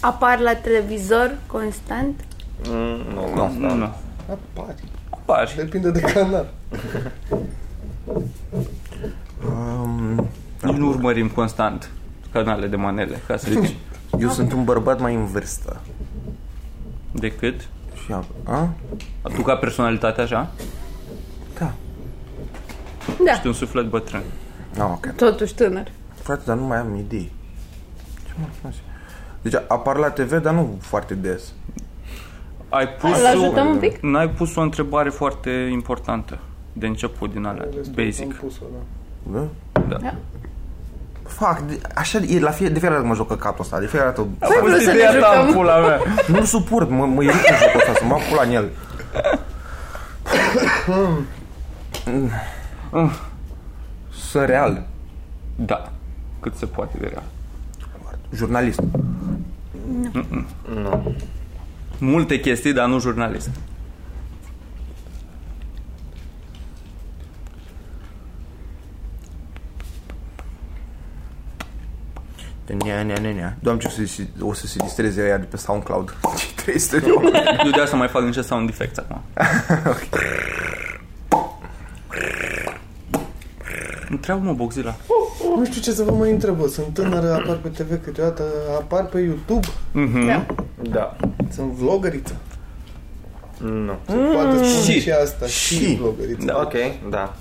D: Apar la televizor constant?
C: Mm, nu,
E: Nu,
C: nu.
E: nu, nu.
F: Apare.
E: Pari.
F: Depinde de canal.
E: Nici nu urmărim constant canale de manele, ca să zici.
B: Eu sunt un bărbat mai în vârstă.
E: Decât
B: Și am... A?
E: tu ca personalitate așa,
B: Da.
D: Da.
E: ești un suflet bătrân.
B: Ah, ok.
D: Totuși tânăr.
B: Frate, dar nu mai am idei. Ce mă faci? Deci apar la TV, dar nu foarte des.
E: Ai pus
D: Îl ajutăm un pic?
E: N-ai pus o întrebare foarte importantă de început din alea,
F: Am
E: basic.
F: pus-o, da.
B: Da?
E: Da.
B: Fac, de, așa, e la fie, de fiecare dată mă joc căcatul ăsta, de fiecare dată...
E: Am
D: vrut să ne
E: ideea ta în
D: ajutăm.
E: pula mea.
B: Nu-l suport, mă, mă irit cu jocul ăsta, să mă pula în el. Sunt real,
E: Da, cât se poate de real.
B: jurnalist.
E: Multe chestii, dar nu jurnalist.
B: Nea, nea, nea, nea. Doamne, ce o să, se- o să se distreze ea de pe SoundCloud. 300 de oameni.
E: Eu de asta mai fac niște sound effects acum. Întreabă-mă, Boxila.
F: Nu știu ce să vă mai întreb, bă. sunt tânără, apar pe TV câteodată, apar pe YouTube,
D: Da.
C: Da.
F: sunt vlogăriță.
C: Nu.
F: Se poate spune
E: Mm. Și.
F: și, asta, și,
B: Și.
F: vlogăriță.
E: Da.
C: Ok, da.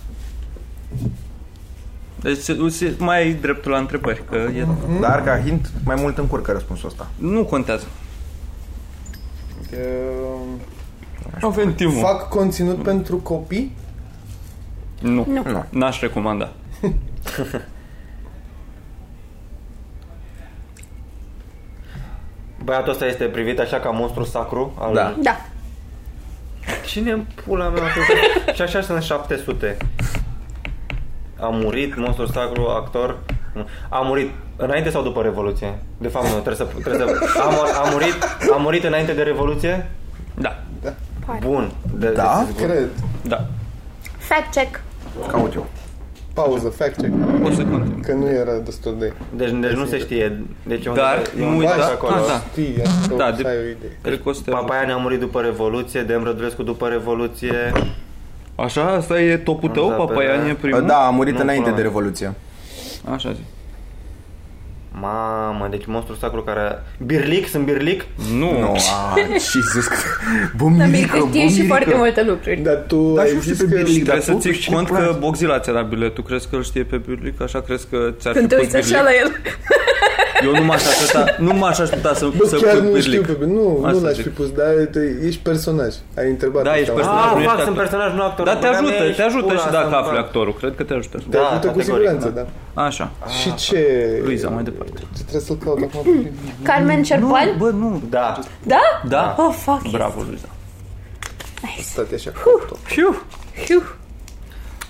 E: Deci se- se- mai ai dreptul la întrebări, că e...
B: Dar, ca hint, mai mult încurcă răspunsul ăsta.
E: nu contează.
F: Că-
E: Nu avem timpul.
F: Fac conținut pentru copii?
E: Nu.
D: Nu.
B: Nu.
E: N-aș recomanda.
C: Băiatul ăsta este privit așa ca monstru sacru al...
B: Da.
D: Da.
C: Cine în pula mea a făcut? Și așa sunt 700. A murit monstru sacru, actor. A murit înainte sau după Revoluție? De fapt nu, trebuie să... Trebuie să a, mor- a, murit, a murit înainte de Revoluție?
E: Da,
C: Bun. De,
B: Da?
C: De,
F: Cred.
E: da.
D: Fact check.
B: Caut eu.
F: Pauză, fact check.
E: O secundă.
F: Că nu era destul de...
C: deci, deci nu se știe. Deci e
E: Dar
C: undeva- e
E: nu
C: undeva
E: uita-
C: acolo.
E: Ah, da.
F: Știi,
E: Da,
F: așa, da,
E: de-
F: de... ai o idee.
E: Cred că o să te...
C: Papa ne-a murit după Revoluție, Dan Rădulescu după Revoluție.
E: Așa, asta e topul tău,
C: Da, pe-
E: Papaian e primul?
B: Da, a murit
C: Nu,
B: înainte
C: pula
B: de
C: mea.
B: Revoluție.
E: Așa zic.
C: Mamă, deci monstru sacru care... Birlic? Sunt birlic?
E: Nu.
B: Nu,
E: No.
B: a, Jesus. Bă,
D: Dar mi
B: milică, bă,
D: câștigi și foarte
B: milică.
D: multe lucruri.
F: Dar tu
B: Da,
F: ai
B: și nu știu
F: zis
B: pe
F: că...
B: Birlic, dar
E: Trebuie să
B: totuși
E: ții
B: ce
E: cont
B: pula-
E: că Boxila ți-a dat biletul. Crezi că îl știe pe Birlic? Așa crezi că ți-ar fi
D: Când te
E: pus
D: uiți
E: Birlic?
D: așa la el.
E: Eu nu m-aș aștepta, nu m-aș aștepta să,
F: Bă,
E: să
F: chiar
E: pun
F: nu
E: Birlic.
F: știu pe... Nu,
E: Asta
F: nu l-aș
E: zic.
F: fi pus, dar te- ești personaj. Ai întrebat.
E: Da,
F: asta,
E: ești
F: mă.
E: personaj.
C: Ah,
E: nu ești
C: fac,
E: actor.
C: sunt personaj, nu actor.
E: Dar te
C: Bă, mea,
E: ajută,
C: ești
E: te ajută
C: pula
E: și
C: asta,
E: dacă
C: nu
E: afli
C: fac.
E: actorul. Cred că te ajută.
F: Te
C: Da,
F: ajută cu
C: categoric,
F: siguranță, da.
E: Așa.
F: Și ce...
E: Ah, Luiza, mai departe.
F: Ce trebuie să-l caut acum? pe-
D: Carmen Cerpan?
E: Bă, nu.
C: Da.
D: Da?
E: Da.
C: Ah,
D: Oh, fuck yes.
E: Bravo, Luiza.
F: Stați așa.
E: Fiu.
D: Hiu.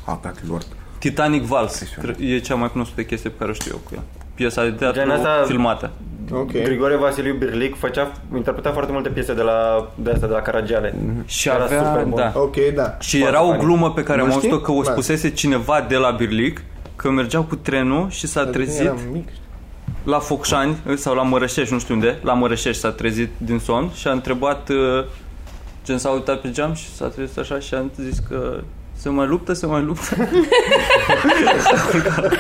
B: A, gata, Lord.
E: Titanic Vals. Cre- E cea mai cunoscută chestie pe care o știu eu cu ea. Piesa de teatru
C: Gen asta-
E: filmată.
F: Ok.
C: Grigore Vasiliu Birlic făcea, interpreta foarte multe piese de la, de astea, de la Caragiale.
E: Mhm. Și
C: Era
E: avea,
C: super bun.
E: da.
F: Ok, da.
E: Și era o
C: fain.
E: glumă pe care am
F: știi?
E: auzit-o că o
F: Ba.
E: spusese cineva de la Birlic că mergeau cu trenul și s-a trezit
F: Adică Eram mic.
E: la Focșani eh, sau la Mărășești, nu știu unde, la Mărășești s-a trezit din somn și a întrebat uh, gen s-a uitat pe geam și s-a trezit așa și a zis că se mai luptă, se mai luptă. S-a culcat.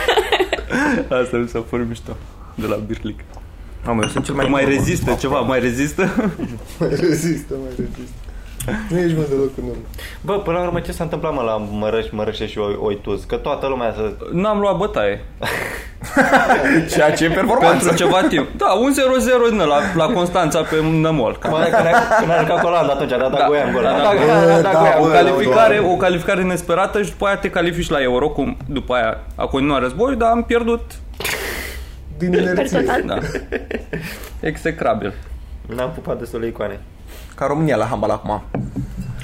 E: Asta mi s-a părut mișto de la Birlic.
B: Mamă, eu sunt cel mai...
E: Mai, mai rezistă ceva, mai rezistă.
F: Mai rezistă, mai rezistă. Nu ești mă deloc în urmă.
C: Bă, până la urmă, ce s-a întâmplat, mă, la Mărăș, Mărășești și Oi- Oituz? Că toată lumea să...
E: N-am luat bătaie.
B: Ceea ce e
E: Pentru
B: performanță.
E: ceva timp. Da, un 0-0 din ăla, la, Constanța pe Nămol. Cam.
C: Mă, că ne-a- că ne-a jucat Olanda atunci, a dat da, Goian gol.
E: Da, da,
B: Bă,
E: da, da,
B: da,
E: da, o
B: bă,
E: calificare, o calificare nesperată și după aia te califici la Euro, cum după aia a continuat războiul, dar am pierdut.
F: Din inerție.
D: Personal.
E: Da. Execrabil.
C: N-am pupat destule icoane.
B: Ca România la handbal acum.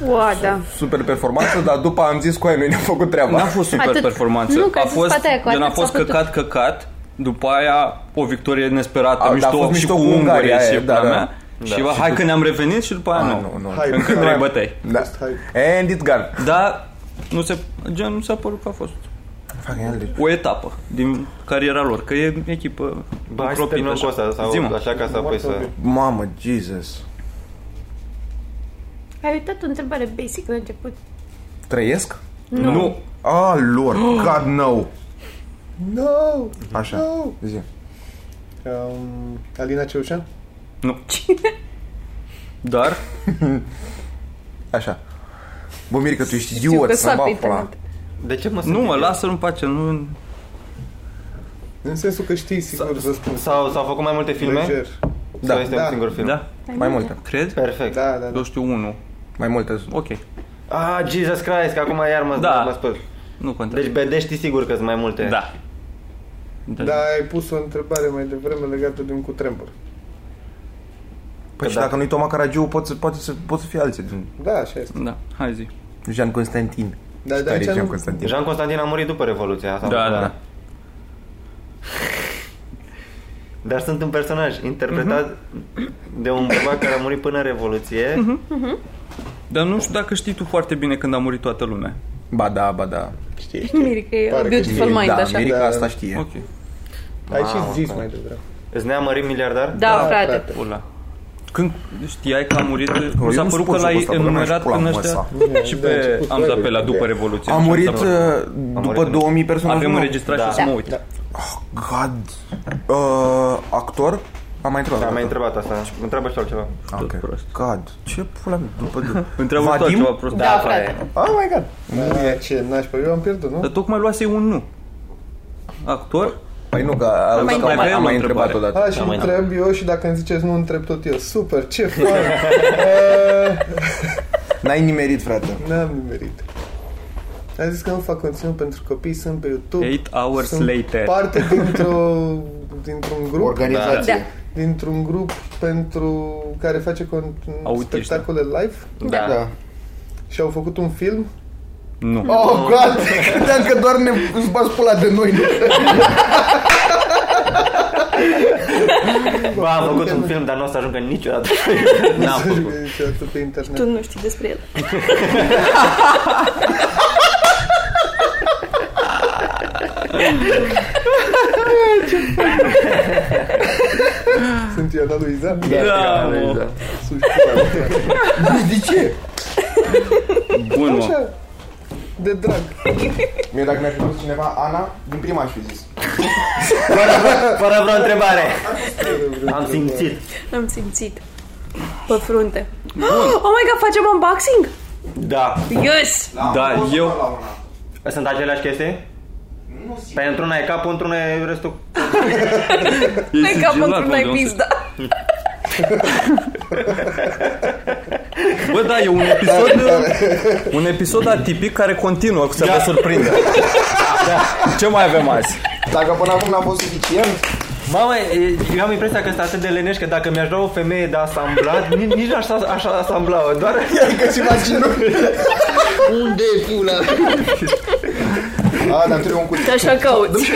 D: Oa, da.
B: Super performanță, dar după am zis cu aia, noi ne-am făcut treaba.
E: N-a fost super
D: Atât.
E: performanță.
D: Nu, că
E: a
D: ai zis
E: fost,
D: bătaia cu
E: gen, a
D: atât,
E: fost
D: s-a putut.
E: căcat, căcat, după aia o victorie nesperată, a,
B: A, da,
E: mișto,
B: a fost
E: și
B: mișto
E: cu
B: cu Ungaria,
E: Ungaria
B: aia,
E: și
B: da,
E: da,
B: da.
E: mea. Și va, hai că ne-am revenit și după aia
B: Ah,
E: nu.
B: nu, nu.
F: Hai,
E: Încă
F: bă.
E: trei bătăi.
B: Da.
F: Hai.
B: And it gone.
E: Dar nu se, gen, nu s-a părut că a fost
B: Fucking hell, deci.
E: o etapă din cariera lor, că e echipă
C: Bă, hai să
E: încropită,
C: terminăm
E: așa.
C: cu asta, sau
E: Zi-mă.
C: așa ca să
E: păi,
C: apoi să...
B: Mamă, Jesus.
D: Ai uitat o întrebare basic la început.
B: Trăiesc?
E: Nu. nu.
B: Ah, Lord, God no.
F: No!
B: Așa,
F: No!
B: zi.
F: Um, Alina Ceușan?
E: Nu. Dar
B: Așa. Bă, Mirica, tu ești
D: Știu
B: idiot,
D: că
B: să-mi
D: s-a
B: bag
D: pe
B: pula.
D: internet.
C: De ce mă sunt
E: nu, mă,
C: idiot?
E: lasă-l în pace, nu
F: În sensul că știi sigur răspunsul.
C: S-au, s-au făcut mai multe filme?
F: Lejer.
C: Da, Sau este
F: da.
C: un singur film?
E: Da?
B: Mai multe.
E: Cred?
C: Perfect. Da.
F: Da, da, da.
E: 21.
B: Mai multe. Păi
E: Ok.
C: Ah, Jesus Christ, că acum iar mă,
E: Da.
C: mă spăl.
E: Nu contează.
C: Deci BD știi sigur că sunt mai multe.
E: Da.
F: Da, ai pus o întrebare mai devreme legată de un cutremur.
B: Păi
C: Că
B: și
C: da.
B: dacă nu-i Toma Caragiu, pot, să- poate să, pot să fie alții din
F: Da, așa este.
E: Da. Hai zi.
B: Jean Constantin.
F: Dar de
B: Tare
F: aici
B: Jean
F: nu...
B: Constantin.
C: Jean Constantin a murit după Revoluție. Asta
E: Da, da.
C: Dar sunt un personaj interpretat de un bărbat care a murit până în Revoluție.
E: Dar nu știu dacă știi tu foarte bine când a murit toată lumea.
B: Ba da, ba da.
F: Știi, știi.
D: Mirica e
F: Pare
D: a
F: că
D: beautiful mind,
B: da,
D: așa.
B: Mirica
F: Da.
B: asta știe.
E: Ok.
F: Ai
C: Mamă,
E: Ah,
F: și zis
C: frate.
F: mai devreme.
C: Îți ne-a mărit miliardar?
D: Da, frate.
E: Ula. Când știai că a murit,
B: Eu
E: mi s-a
B: nu
E: părut
B: spun
E: că l-ai
B: asta, bă, mi-aș
E: enumerat
B: pula
E: până
B: în
E: ăștia
F: măsa.
E: și
F: Da,
E: pe
F: început,
E: am dat pe la
F: probabil,
E: după
F: de-
E: Revoluție.
B: A
E: Mi s-a
B: murit
E: părut.
B: uh, Da. după
C: murit.
B: 2000 personaje.
E: Avem
B: nou.
E: înregistrat și o să mă uit.
B: God. Uh, actor? Am mai întrebat.
C: Da,
B: o
C: mai
B: dată.
C: întrebat asta. Mă întreabă și altceva.
B: Ah, ok.
E: prost.
B: God. Ce pula mea? După...
E: Întreabă
B: Vadim?
E: tot ceva prost.
D: Da, frate.
B: Oh my god.
F: Da, ce nașpa, eu am pierdut,
E: Dar
F: nu?
E: tocmai luase un nu. Actor?
B: Păi nu, că am mai,
D: întrebat.
B: mai, am mai
E: o
B: întrebat
E: întrebare.
B: odată.
F: A, Da, și
C: mai
F: întreb eu și dacă îmi ziceți nu întreb tot eu. Super, ce fac? Eh,
B: N-ai nimerit, frate.
F: N-am nimerit. Am zis că nu fac conținut pentru copii, sunt pe YouTube.
E: Eight hours
F: sunt
E: later.
F: parte dintr-o, dintr-un grup.
B: Organizație.
D: Da.
F: Dintr-un grup pentru care face con-
E: Autiști.
F: spectacole live
E: Da.
B: Da.
F: și au făcut un film.
E: Nu.
B: Oh, God! Credeam că doar ne îți bați pula de noi.
C: Bă, am făcut un film, dar nu o să ajungă niciodată. N-am
F: Nu se
C: făcut.
F: jucă niciodată pe internet.
D: Tu nu știi despre el.
F: Sunt Iana Luiza?
E: Da,
C: mă.
E: mă.
F: Sunt și eu.
D: Da.
B: De ce?
E: Bun, mă.
F: Așa, de drag.
B: Mie dacă mi-a spus cineva Ana, din prima aș fi zis.
C: Fără vreo întrebare. Am simțit.
D: Am simțit. Pe frunte. Oh my god, facem unboxing?
C: Da.
D: Yes!
E: Da, eu-
C: Sunt aceleași chestii? Păi într-una e capul, într-una e restul.
D: Nu e
E: sigilat,
D: ca
E: mă,
D: pentru
E: de
D: noi
E: unde să-
D: pizda.
E: Bă, da, e un episod uh, un episod atipic care continuă să vă surprindă. Da. Ce mai avem azi?
B: Dacă până acum n-a fost suficient,
C: Mamă, e- eu am impresia că sunt atât de leneș că dacă mi-aș lua o femeie de asamblat, nici, nici nu aș as- așa asambla doar
B: că și vacinul. Unde e fiul A, dar trebuie un cutie.
D: Te așa cauți.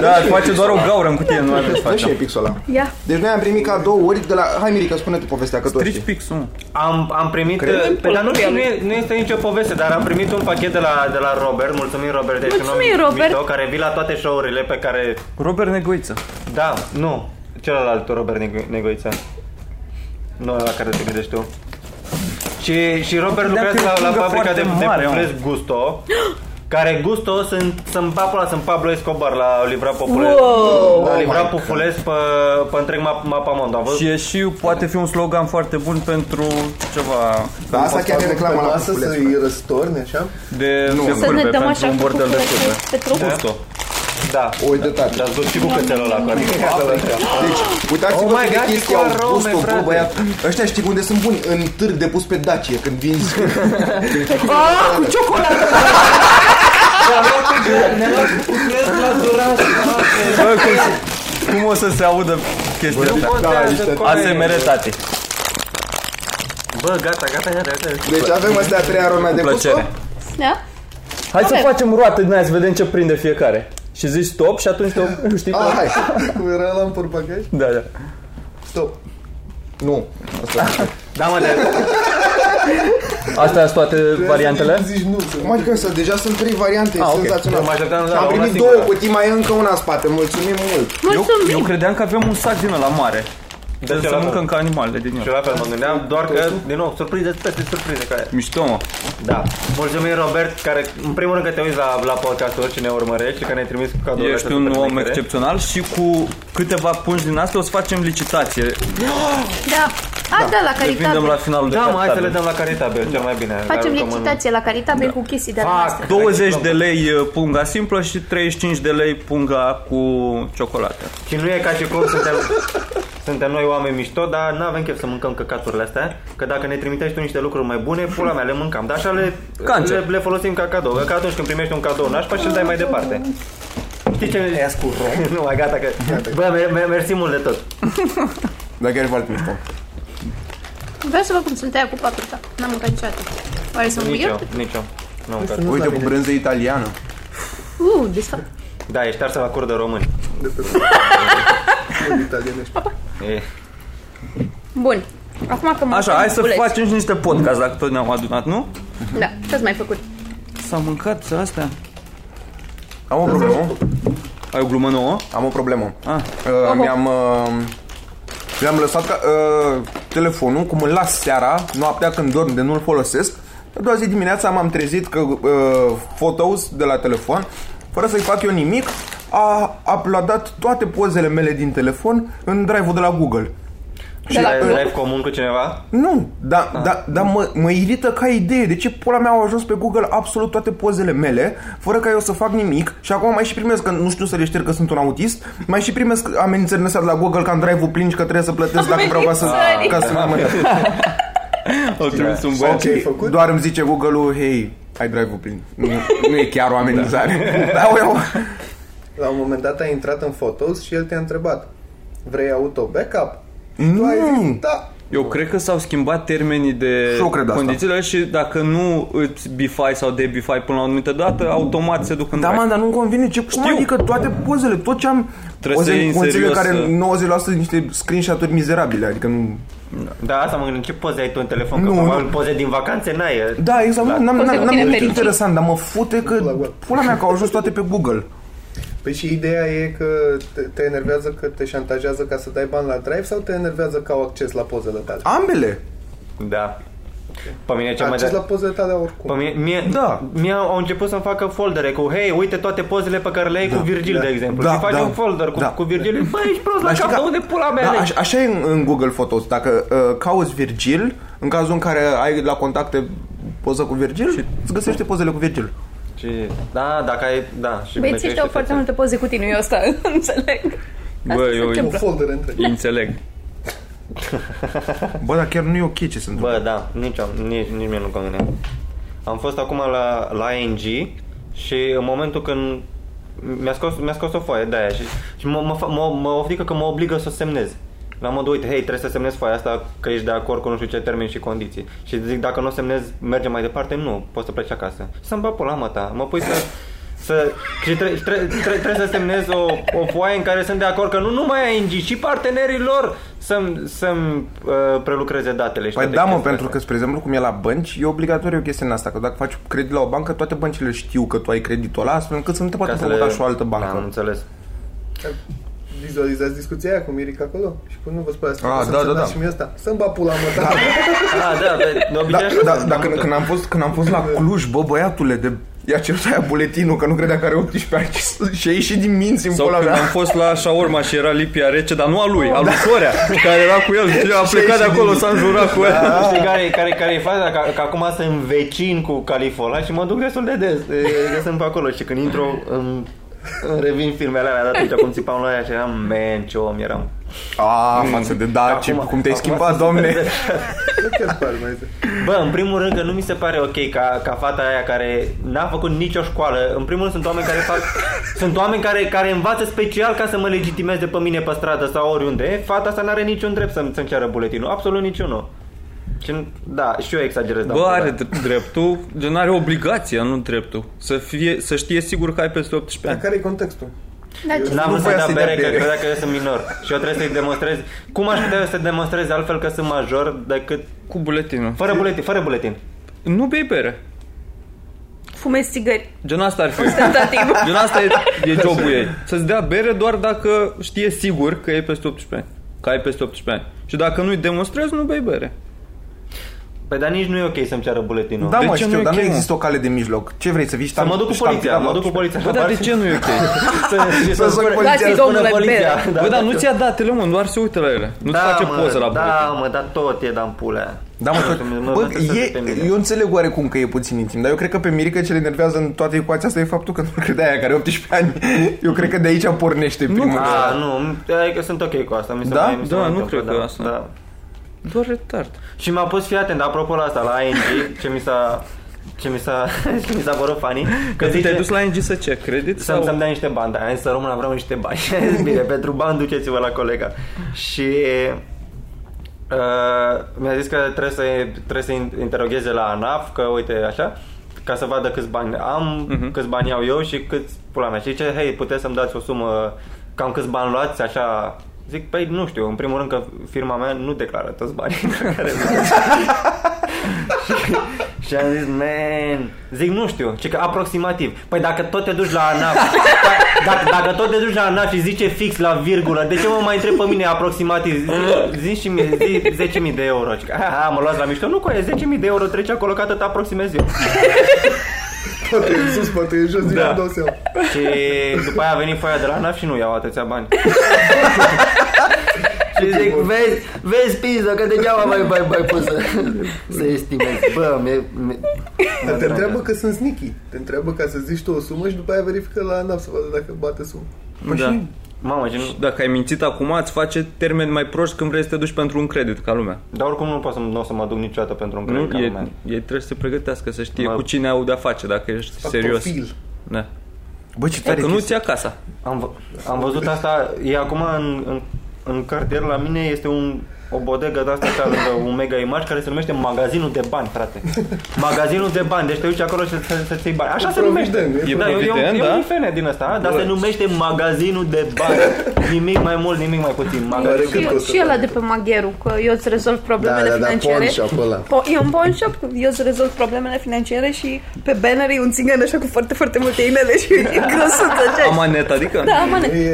E: Da, îți face doar o gaură în cutie, nu aveți
B: Dă și
E: face.
B: pixul ăla.
D: Ia.
B: Deci noi am primit cadouri de la... Hai, Mirica, spune tu povestea, că tu
E: Trici
B: știi.
E: pixul. mă.
C: am, am primit, pe, dar nu, știu, nu, e, nu este nicio poveste, dar am primit un pachet de la, de la Robert, mulțumim Robert, deci
D: Mulțumim,
C: un om
D: Robert.
C: mișto, care vii la toate show-urile pe care,
E: Robert Negoiță.
C: da, nu, celălalt Robert Nego- Negoiță, nu la care te gândești tu. Și, și Robert
E: Credeam că
C: lucrează
E: e
C: la,
E: o
C: la
E: pungă
C: fabrica de,
E: foarte
C: de
E: mare,
C: pufles Gusto, care Gusto sunt, sunt, papula, sunt Pablo Escobar, l-a livrat populez.
D: Wow!
C: L-a
B: Oh
C: livrat
B: my God.
C: Pufulez pe, pe întreg map, mapamondo. Am văzut
E: Și e și poate fi un slogan foarte bun pentru ceva
B: Dar asta chiar e reclamă la
F: Asta
B: cupuleț.
F: să-i răstorni, așa?
E: de, nu, de
D: Să ne
E: curbe,
D: dăm
E: pentru
D: așa
E: un
D: cu
E: bordel de
D: cuculețe
E: curbe.
D: pe trup.
E: Gusto.
C: Da.
B: O uitătate.
C: Dar zbut și bucățelul ăla cu
B: Deci, uitați-vă
C: Oh
B: oh
C: my
B: câte
C: God,
B: chestii
C: ce
B: au
C: arome,
B: gust o
C: frate.
B: bă, băiat. Ăștia știi unde sunt buni? În târg de pus pe Dacie, când vinzi.
D: Ah, cu ciocolată!
E: Bă, cum, cum o să se audă chestia
C: Nu
E: asta?
B: Da,
C: contează cum
E: ASMR,
C: e.
E: tati.
C: Bă, gata, gata, gata, gata.
B: Deci avem astea trei arome de gust.
E: Plăcere.
D: Da?
E: Hai să
D: Ok.
E: facem roată din aia să vedem ce prinde fiecare. Și zici stop și atunci te știi
B: Ah, hai.
F: Cum era la în portbagaj?
E: Da, da.
F: Stop.
B: Nu. Asta.
C: Da, mă, de...
E: Astea sunt toate variantele?
F: Zici nu. să-
B: Cum adică să deja sunt trei variante,
E: ok.
B: ah, senzațional.
C: Eu mă așteptam, da,
B: Și am
C: la una
B: primit
C: singură.
B: două cutii, mai e încă una în spate. Mulțumim mult.
E: Eu, eu
D: Mulțumim!
E: credeam că avem un sac din ăla mare. De
C: ce
E: să
C: la
E: mâncăm
C: fel.
E: ca animale din
C: Și
E: el.
C: la fel mă gândeam, doar că, din nou, surprize peste surprize care...
E: Mișto, mă.
C: Da. Mulțumim, Robert, care, în primul rând că te uiți la, la podcastul și ne urmărești și că ne-ai trimis cu cadou.
E: Ești un om excepțional și cu câteva pungi din astea o să facem licitație.
D: Da. A, da, la
E: Le vindem la
D: caritate.
E: finalul
C: Da,
E: de
C: mă, hai să le
E: cartabil.
C: dăm la caritabil, cel mai bine.
D: Facem
C: Dar, cum-
D: licitație la caritabil cu chestii de ale
C: Fac,
D: noastre.
E: 20 de lei uh, punga simplă și 35 de lei punga cu ciocolată.
C: Și nu e ca și cum suntem... Suntem noi oameni mișto, dar nu avem chef să mâncăm căcaturile astea, că dacă ne trimitești tu niște lucruri mai bune, pula mea, le mâncam. Dar așa le,
E: Cancer.
C: le, le folosim ca cadou. Că atunci când primești un cadou nașpa și îl dai mai departe. Știi ce mi cu rom. nu, mai gata că... Bă, mer- mer- mersi mult de tot.
B: Dar chiar e foarte mișto.
D: Vreau să văd cum sunt aia cu paprika. N-am mâncat niciodată. Oare sunt
C: Nici eu,
D: weird?
C: nici eu. Nu
E: Păi
C: am gata.
F: Nu
B: Uite,
F: la
B: cu
F: mine.
B: brânză italiană.
D: Uh, disfac.
C: Da, ești arsă la cur de români.
F: de pe Nu italienești.
C: E,
D: Bun. Acum că mă
E: Așa,
D: uit,
E: hai să
D: uleți.
E: facem și niște podcast dacă tot ne-am adunat, nu?
D: Da, ce-ați mai făcut?
E: S-a mâncat astea.
B: Am o problemă.
E: Ai o glumă nouă?
B: Am o problemă.
E: Da. Ah.
B: Uh, mi-am... Uh, mi-am lăsat ca, uh, telefonul, cum îl las seara, noaptea când dorm de nu-l folosesc. A doua zi dimineața m-am trezit că uh, photos de la telefon, fără să-i fac eu nimic, a uploadat toate pozele mele din telefon în drive-ul de la Google.
D: De la
C: ai
D: Google?
C: live comun cu cineva?
B: Nu, dar
E: Ah.
B: da. da, da mă, mă irită ca idee. De ce pula mea au ajuns pe Google absolut toate pozele mele, fără ca eu să fac nimic și acum mai și primesc, că nu știu să le șterg că sunt un autist, mai și primesc amenințări năsat la Google că am drive-ul plin și că trebuie să plătesc dacă vreau ca să,
D: Amenințări.
B: ca să mă mănânc.
E: Au trimis un băiat.
B: Ok,
F: făcut?
B: doar îmi zice Google-ul, hei, ai drive-ul plin. Nu, nu e chiar o amenințare. Da. Dar eu,
F: La un moment dat ai intrat în Photos și el te-a întrebat Vrei auto backup? Mm. Tu ai zis, da.
E: Eu cred că s-au schimbat termenii de
B: Și eu cred asta.
E: condițiile și dacă nu îți bifai sau debifai până la o anumită dată, automat se duc în
B: da,
E: drive.
B: mă, dar nu-mi convine. Ce, cum
E: Știu.
B: adică toate pozele, tot ce am...
E: Trebuie să
B: poze-
E: iei în
B: pozele
E: serios,
B: care 90% sunt niște screenshot-uri mizerabile, adică nu...
C: Da, asta mă gândesc. Ce poze ai tu în telefon? Că
B: Nu,
C: probabil
B: nu.
C: poze din vacanțe n-ai.
B: Da, exact. N-am, n-am,
D: Poze cu
B: n-am
D: tine
B: nimic
D: fericit.
B: interesant, dar mă fute că pula mea că au ajuns toate pe Google.
F: Păi și ideea e că te, te enervează că te șantajează ca să dai bani la drive sau te enervează că au acces la pozele tale?
B: Ambele.
C: Da. Pe mine ce mai
F: acces la
C: de...
F: pozele tale oricum.
C: Pe mine, mie,
B: Da.
C: mie au început să-mi facă foldere cu Hei, uite toate pozele pe care le ai da, cu Virgil, da, de exemplu
B: Da,
C: Și faci
B: da,
C: un folder cu,
B: da.
C: cu Virgil Bă, ești prost la
B: știi
C: cap,
B: că-
C: de unde pula mea
B: Da,
C: da,
B: aș, așa e în, în Google Photos. Dacă uh, cauți Virgil, în cazul în care ai la contacte poză cu Virgil, îți găsește pozele cu Virgil.
C: și, da, dacă ai, da și
D: Băieți,
C: mecește
D: ăștia au foarte
C: față.
D: multe poze cu tine, eu asta înțeleg. Asta
E: Bă,
D: se
E: eu
F: O
D: întâmplă.
F: folder întreg.
E: înțeleg.
B: Bă, dar chiar nu e ok ce se întâmplă.
C: Bă, da, nici, am- nici, nici mie nu convine Am fost acum la, la ING Și în momentul când Mi-a scos, mi-a scos o foaie de aia Și, și mă, mă, fa- mă, mă oftică că mă obligă să o semnez la modul, uite, hei, trebuie să semnezi foaia asta că ești de acord cu nu știu ce termeni și condiții. Și zic, dacă nu o semnezi, merge mai departe? Nu, poți să pleci acasă. Să-mi bag pula mă ta, mă pui să... să și tre- și tre- tre- trebuie să semnez o, o foaie în care sunt de acord că nu numai ING, ci partenerii lor să-mi, să-mi uh, prelucreze datele. Și
B: Păi
C: toate
B: da, mă,
C: chestiile
B: pentru că,
C: astea.
B: spre exemplu, cum e la bănci, e obligatoriu chestia în asta, că dacă faci credit la o bancă, toate băncile știu că tu ai creditul ăla, astfel încât să nu te poate
C: Ca să
B: făcuta și o altă
C: Da, am
B: bancă.
C: înțeles.
F: Vizualizați discuția aia cu Mirica acolo? Și cu nu vă spui asta,
B: Ah,
F: o să
B: da, da,
F: înțeleagă
B: da.
F: și mie asta. Să-mi ba pula mă, da.
C: Ah, da, pe, de
B: Da,
C: obicei așa
B: da, da,
C: se
B: când,
C: întâmplă.
B: când, am fost, când am fost la Cluj, bă, băiatule, de i-a cerut aia buletinul, că nu credea că are 18 ani și- și a ieșit din minți în
E: Sau
B: pula
E: când
B: mea.
E: am fost la șaorma și era lipia rece, dar nu a lui,
B: Da.
E: a lui Sorea, care era cu el. Și a plecat de acolo, s-a înjurat cu el.
C: Nu știi care, care, care e faza? Că, că acum sunt vecin cu California și mă duc destul de des. E, Că sunt pe acolo și când intru îmi, îmi revin filmele alea de atunci cum țipam la aia și eram man, ce om eram.
B: A, față de da, ce,
C: Acum-
B: cum te-ai
C: acum
B: schimbat,
C: sunt
B: domne.
C: super des.
F: Nu chiar pare mai zic.
C: Bă, în primul rând că nu mi se pare ok ca, ca fata aia care n-a făcut nicio școală. În primul rând sunt oameni care fac sunt oameni care, care învață special ca să mă legitimeze pe mine pe stradă sau oriunde. Fata asta n-are niciun drept să-mi, să-mi ceară buletinul, absolut niciunul. Și, nu- da, și eu exagerez.
E: Bă,
C: da,
E: are
C: da.
E: dr- dreptul, gen are obligația, nu dreptul. Să, fie, să știe sigur că ai peste 18
F: Dar
E: ani.
F: care e contextul?
D: Da, ce-
C: N-am
B: Nu
C: vrut să
B: voia
C: dea
B: să-i
C: bere,
B: dea
C: că
B: bere.
C: credea că eu sunt minor Și eu trebuie să-i demonstrez Cum aș putea eu să demonstrez altfel că sunt major decât
E: Cu buletinul.
C: Fără buletin, fără buletin
E: Nu bei bere.
D: Fumezi țigări.
E: Gen asta ar fi.
D: Tentativ.
E: Gen asta e, e jobul ei. Să-ți dea bere doar dacă știe sigur că e peste 18 ani. Că ai peste 18 ani. Și dacă nu-i demonstrezi, nu bei bere.
C: Păi dar nici nu e ok să-mi ceară buletinul.
B: Da,
E: De
B: mă,
E: ce nu
B: știu,
E: e
B: dar nu
E: ok, mă?
B: există o cale de mijloc. Ce vrei să vii?
C: Să mă duc cu poliția, mă duc cu poliția.
E: Bă, dar de ce nu e ok?
C: Da,
B: Să
C: Să- să-
B: zic poliția,
G: Lasă-i,
B: spune
G: domnule,
B: poliția.
D: Păi,
G: bere.
E: Bă, dar nu ți-a datele, mă, doar se uită la ele. Nu-ți face
C: da, mă,
E: poză la buletin.
C: Da, mă, dar tot e dan pulea.
B: Da, mă, tot-
C: Mă, mă,
B: bă,
C: mă,
B: e,
C: pe mine.
B: eu înțeleg oarecum că e puțin intim, dar eu cred că pe Mirica ce le enervează în toată ecuația asta e faptul că nu credea aia că are 18 ani. Eu cred că de aici pornește primul.
C: A, nu, adică sunt ok cu asta, mi se
B: Da?
C: mai, mi se
E: Da,
C: mai
E: nu
C: întâmplă,
E: cred
C: da,
E: că asta.
C: Da.
E: Doar retard.
C: Și m-a pus, fii atent, apropo la asta, la ING, ce mi s-a... Ce mi s-a, ce mi s-a părut funny
E: Că tu te-ai dus la NG să ce, credit
C: Să-mi, să-mi
E: sau...
C: dea niște bani, dar am zis, să rămân, vreau niște bani. Și am zis, Bine, pentru bani duceți-vă la colega. Și uh, mi-a zis că trebuie să, trebuie să interogheze la ANAF, că uite așa, ca să vadă câți bani am, uh-huh. câți bani iau eu și câți pula mea. Și zice, hei, puteți să-mi dați o sumă, cam câți bani luați, așa... Zic, păi nu știu, în primul rând că firma mea nu declară toți banii pe care și am zis, man, zic, nu știu, ce că aproximativ. Păi dacă tot te duci la ANAF, dacă, dacă tot te duci la ANAF și zice fix la virgulă, de ce mă mai întreb pe mine aproximativ? Zici zi și mie, zi 10.000 de euro. Și că, aha, mă luați la mișto, nu coie, 10.000 de euro trece acolo, că atât aproximez eu.
F: Poate e sus, poate e jos, da. dau seama.
C: Și după aia a venit foaia de la ANAF și nu iau atâția bani.
G: Și zic, vezi, vezi piză, că degeaba mai, mai, mai pus să, să estimezi. Bă, mi mi
F: Dar te întreabă că sunt sneaky. Te întreabă ca să zici tu o sumă și după aia verifică la ANAF să vadă dacă bate sumă.
E: Da.
C: Mamă, ce nu...
E: Dacă ai mințit acum, îți face termeni mai proști când vrei să te duci pentru un credit, ca lumea.
C: Dar oricum nu pot să, nu o să mă duc niciodată pentru un
E: Nu,
C: credit. ca
E: ei,
C: lumea.
E: ei trebuie să se pregătească, să știe
C: Mă-
E: cu cine au de-a face, dacă ești
F: Fac
E: serios.
F: profil.
E: Da.
B: Bă, ce tare
E: Dacă nu
B: chestie.
E: ți ia casa.
C: Am, v- am văzut asta, e acum în, în, în cartier la mine este un, o bodegă de asta ca lângă un mega image care se numește Magazinul de Bani, frate. Magazinul de Bani, deci te duci acolo și să, să, să-ți iei bani. Așa se numește.
F: Provident, e
C: da, e, un-
E: provident,
C: e
E: da?
C: un ifene din asta, dar se numește Magazinul de Bani. Nimic mai mult, nimic mai puțin. Magazin.
F: Cât
D: Și,
F: costă?
D: și ăla de pe Magheru, că eu îți rezolv problemele
G: Da, da, da,
D: financiare.
G: pawn shop ăla.
D: Po- e un pawn shop, cu- eu îți rezolv problemele financiare și pe banner e un țigan așa cu foarte, foarte multe inele și e grăsuță, așa.
E: Amanet, adică?
D: Da, amane.
F: Nu e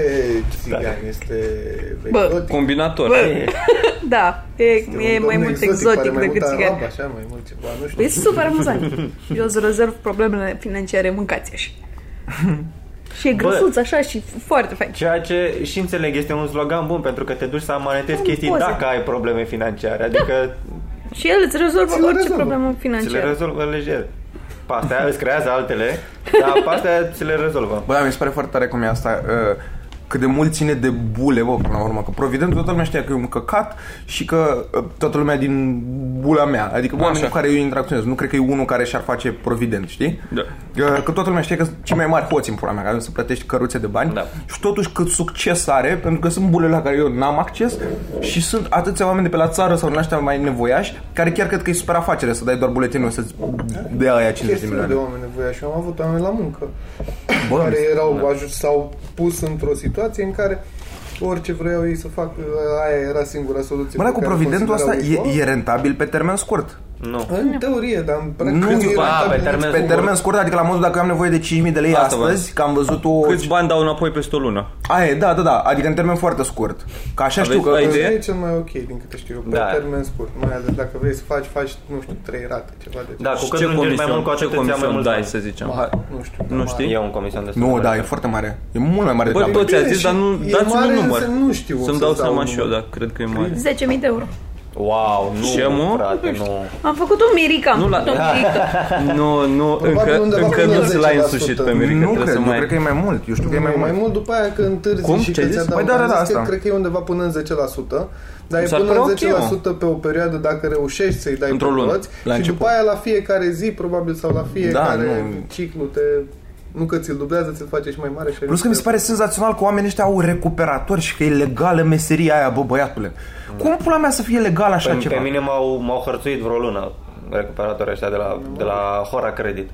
F: țigan, este exotic.
E: Combinator.
D: Da, e, e
F: un
D: mai
F: domn
D: mult exotic
F: pare mai
D: decât
F: mult
D: țigan.
F: arab, Așa, mai mult ceva, nu știu.
D: E super amuzant. Eu îți rezolv problemele financiare, mâncați așa. Și e grăsuț așa și foarte fain.
C: Ceea ce și înțeleg este un slogan bun pentru că te duci să amanetezi
D: Pun
C: chestii
D: poze.
C: dacă ai probleme financiare. Adică
D: Și el îți rezolvă
F: Ți le
D: orice
F: rezolvă.
D: problemă
C: ți le
D: financiară.
C: rezolvă lejer. Pastea îți creează altele, dar pastea ți le rezolvă.
B: Bă, da, mi se pare foarte tare cum e asta. Uh, cât de mult ține de bule, bă, până la urmă. Că Providentul toată lumea știa că e un căcat și că uh, toată lumea din bula mea. Adică oamenii cu care eu interacționez. Nu cred că e unul care și-ar face Provident, știi?
E: Da.
B: Uh, Că toată lumea știe că sunt cei mai mari hoți în pula mea, care nu se plătești căruțe de bani.
E: Da.
B: Și totuși cât succes are, pentru că sunt bulele la care eu n-am acces și sunt atâția oameni de pe la țară sau din ăștia mai nevoiași, care chiar cred că e super afacere să dai doar buletinul să-ți dea aia 50 de
F: chestiune de
B: milioane.
F: oameni nevoia și eu am avut oameni la muncă
B: Bă,
F: care
B: mi se- da.
F: erau ajuns, s-au pus într-o situație în care orice vreau ei să facă, aia era singura soluție.
B: Bă,
F: pe
B: dar cu
F: care o
B: providentul ăsta
F: considerau ei.
B: e, e rentabil pe termen scurt.
C: Nu.
F: În teorie, dar în practică
B: Nu,
F: e
B: după-
C: A, pe
F: rentabil.
C: termen
B: Pe
C: scurt.
B: termen scurt, adică la modul dacă eu am nevoie de 5.000 de lei
E: Asta vă-
B: astăzi, că am văzut o...
E: Câți bani dau înapoi peste o lună?
B: Aia, e, da, da, da, adică în termen foarte scurt. Că așa
E: Aveți
B: știu că...
E: o
F: Asta
E: idee?
F: e cel mai ok din câte știu eu, pe
C: Da.
F: termen scurt. Mai ales dacă vrei să faci, faci, nu știu, trei rate, ceva de
C: Da, cu
E: Și
C: cât lungești mai mult, cu
E: ce
C: atât îți ia mai
E: comision
C: mult
E: dai,
C: bani.
E: să zicem?
F: genul. Nu știu.
E: Nu știi?
C: E un comision destul
B: Nu,
C: de
B: da,
C: mare.
B: e foarte mare. E mult mai mare
E: Bă,
B: decât
E: tot ți-a zis,
F: și
E: dar nu,
F: e
E: dați un
F: mare,
E: număr.
F: însă nu știu
E: Să-mi
F: să-ți
E: dau
F: dau
E: seama
F: un
E: și eu,
F: număr.
E: dar cred că e mare.
D: 10.000 de euro.
C: Wow, nu,
E: Ce, mă?
C: frate, nu.
D: Am făcut un miric, am
E: Nu la-
D: făcut un miric.
E: Nu, nu,
F: Probabil
E: încă,
F: undeva
E: încă
F: până
E: nu
F: la
E: ți l-ai
F: 10%.
E: însușit pe Mirica,
B: Nu
E: trebuie
B: cred,
E: să
B: nu
E: mai...
B: cred că e mai mult. Eu știu că e mai
F: mai
B: mult.
F: mult după aia că întârzi
E: Cum?
F: și
E: Ce
F: că
E: ai
F: ți-a
E: zis?
F: dat
B: Păi da, da, da,
F: că
B: asta.
F: cred că e undeva până în 10%, dar e
E: Mi s-ar
F: până
E: părea
F: în
E: ok,
F: 10% pe o perioadă dacă reușești să-i dai
E: Într-o
F: pe
E: lună, Da,
F: toți
B: la
F: și
B: început.
F: după aia la fiecare zi probabil sau la fiecare
B: nu.
F: ciclu te nu că ți-l dublează, ți-l face și mai mare și
B: Plus că mi se pare senzațional că oamenii ăștia au recuperatori și că e legală meseria aia, bă, băiatule. Cum pula mea să fie legal
E: Păi,
B: așa
C: Pe, pe
B: ceva?
C: mine m-au, m-au hărțuit vreo lună recuperatorii ăștia de la, de la Hora Credit.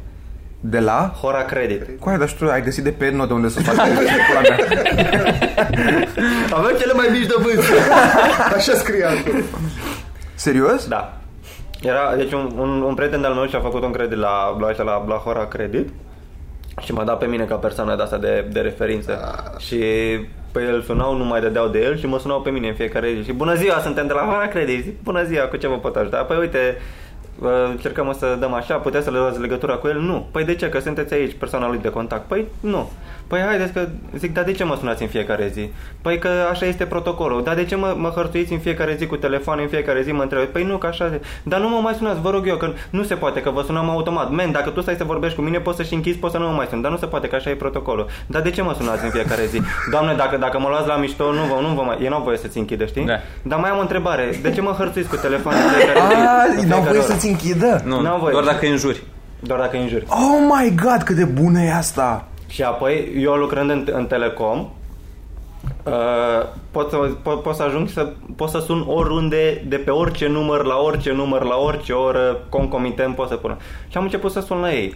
B: De la?
C: Hora Credit.
B: Coaie, dar și tu ai găsit de pe note unde să faci pula mea.
G: avem cele mai mici de vânt.
F: Așa scrie acolo.
B: Serios?
C: Da. Era, deci un, un, un prieten de-al meu și-a făcut un credit la, la, ăștia, la, la Hora Credit și m-a dat pe mine ca persoană de asta de, de referință. Și pe el sunau, nu mai dădeau de el și mă sunau pe mine în fiecare zi. Și bună ziua, suntem de la Hora Credit. Zic, bună ziua, cu ce vă pot ajuta? Păi uite, uh, încercăm să dăm așa, puteți să le luați legătura cu el? Nu. Păi de ce? Că sunteți aici, persoana lui de contact. Păi nu. Păi haideți că, zic, dar de ce mă sunați în fiecare zi? Păi că așa este protocolul. Dar de ce mă, mă hărțuiți în fiecare zi cu telefon, în fiecare zi mă întrebați? Păi nu, că așa e. Dar nu mă mai sunați, vă rog eu, că nu se poate, că vă sunam automat. Men, dacă tu stai să vorbești cu mine, poți să-și închizi, poți să nu mă mai sun. Dar nu se poate, că așa e protocolul. Dar de ce mă sunați în fiecare zi? Doamne, dacă, dacă mă luați la mișto, nu vă, nu vă mai... Eu n-am voie să-ți închide, știi?
E: Da.
C: Dar mai am o întrebare. De ce mă hărțuiți cu telefonul în fiecare zi? În
B: Ah,
C: fiecare
B: n-au voie
C: oră?
B: să-ți închidă?
E: Nu,
C: N-au voie.
E: doar dacă îi înjuri.
C: Doar dacă îi înjuri.
B: Oh my god, cât de bună e asta!
C: Și apoi, eu lucrând în, în telecom, uh, pot, să, pot, pot să ajung să pot să sun oriunde, de pe orice număr, la orice număr, la orice oră, concomitent pot să pun. Și am început să sun la ei.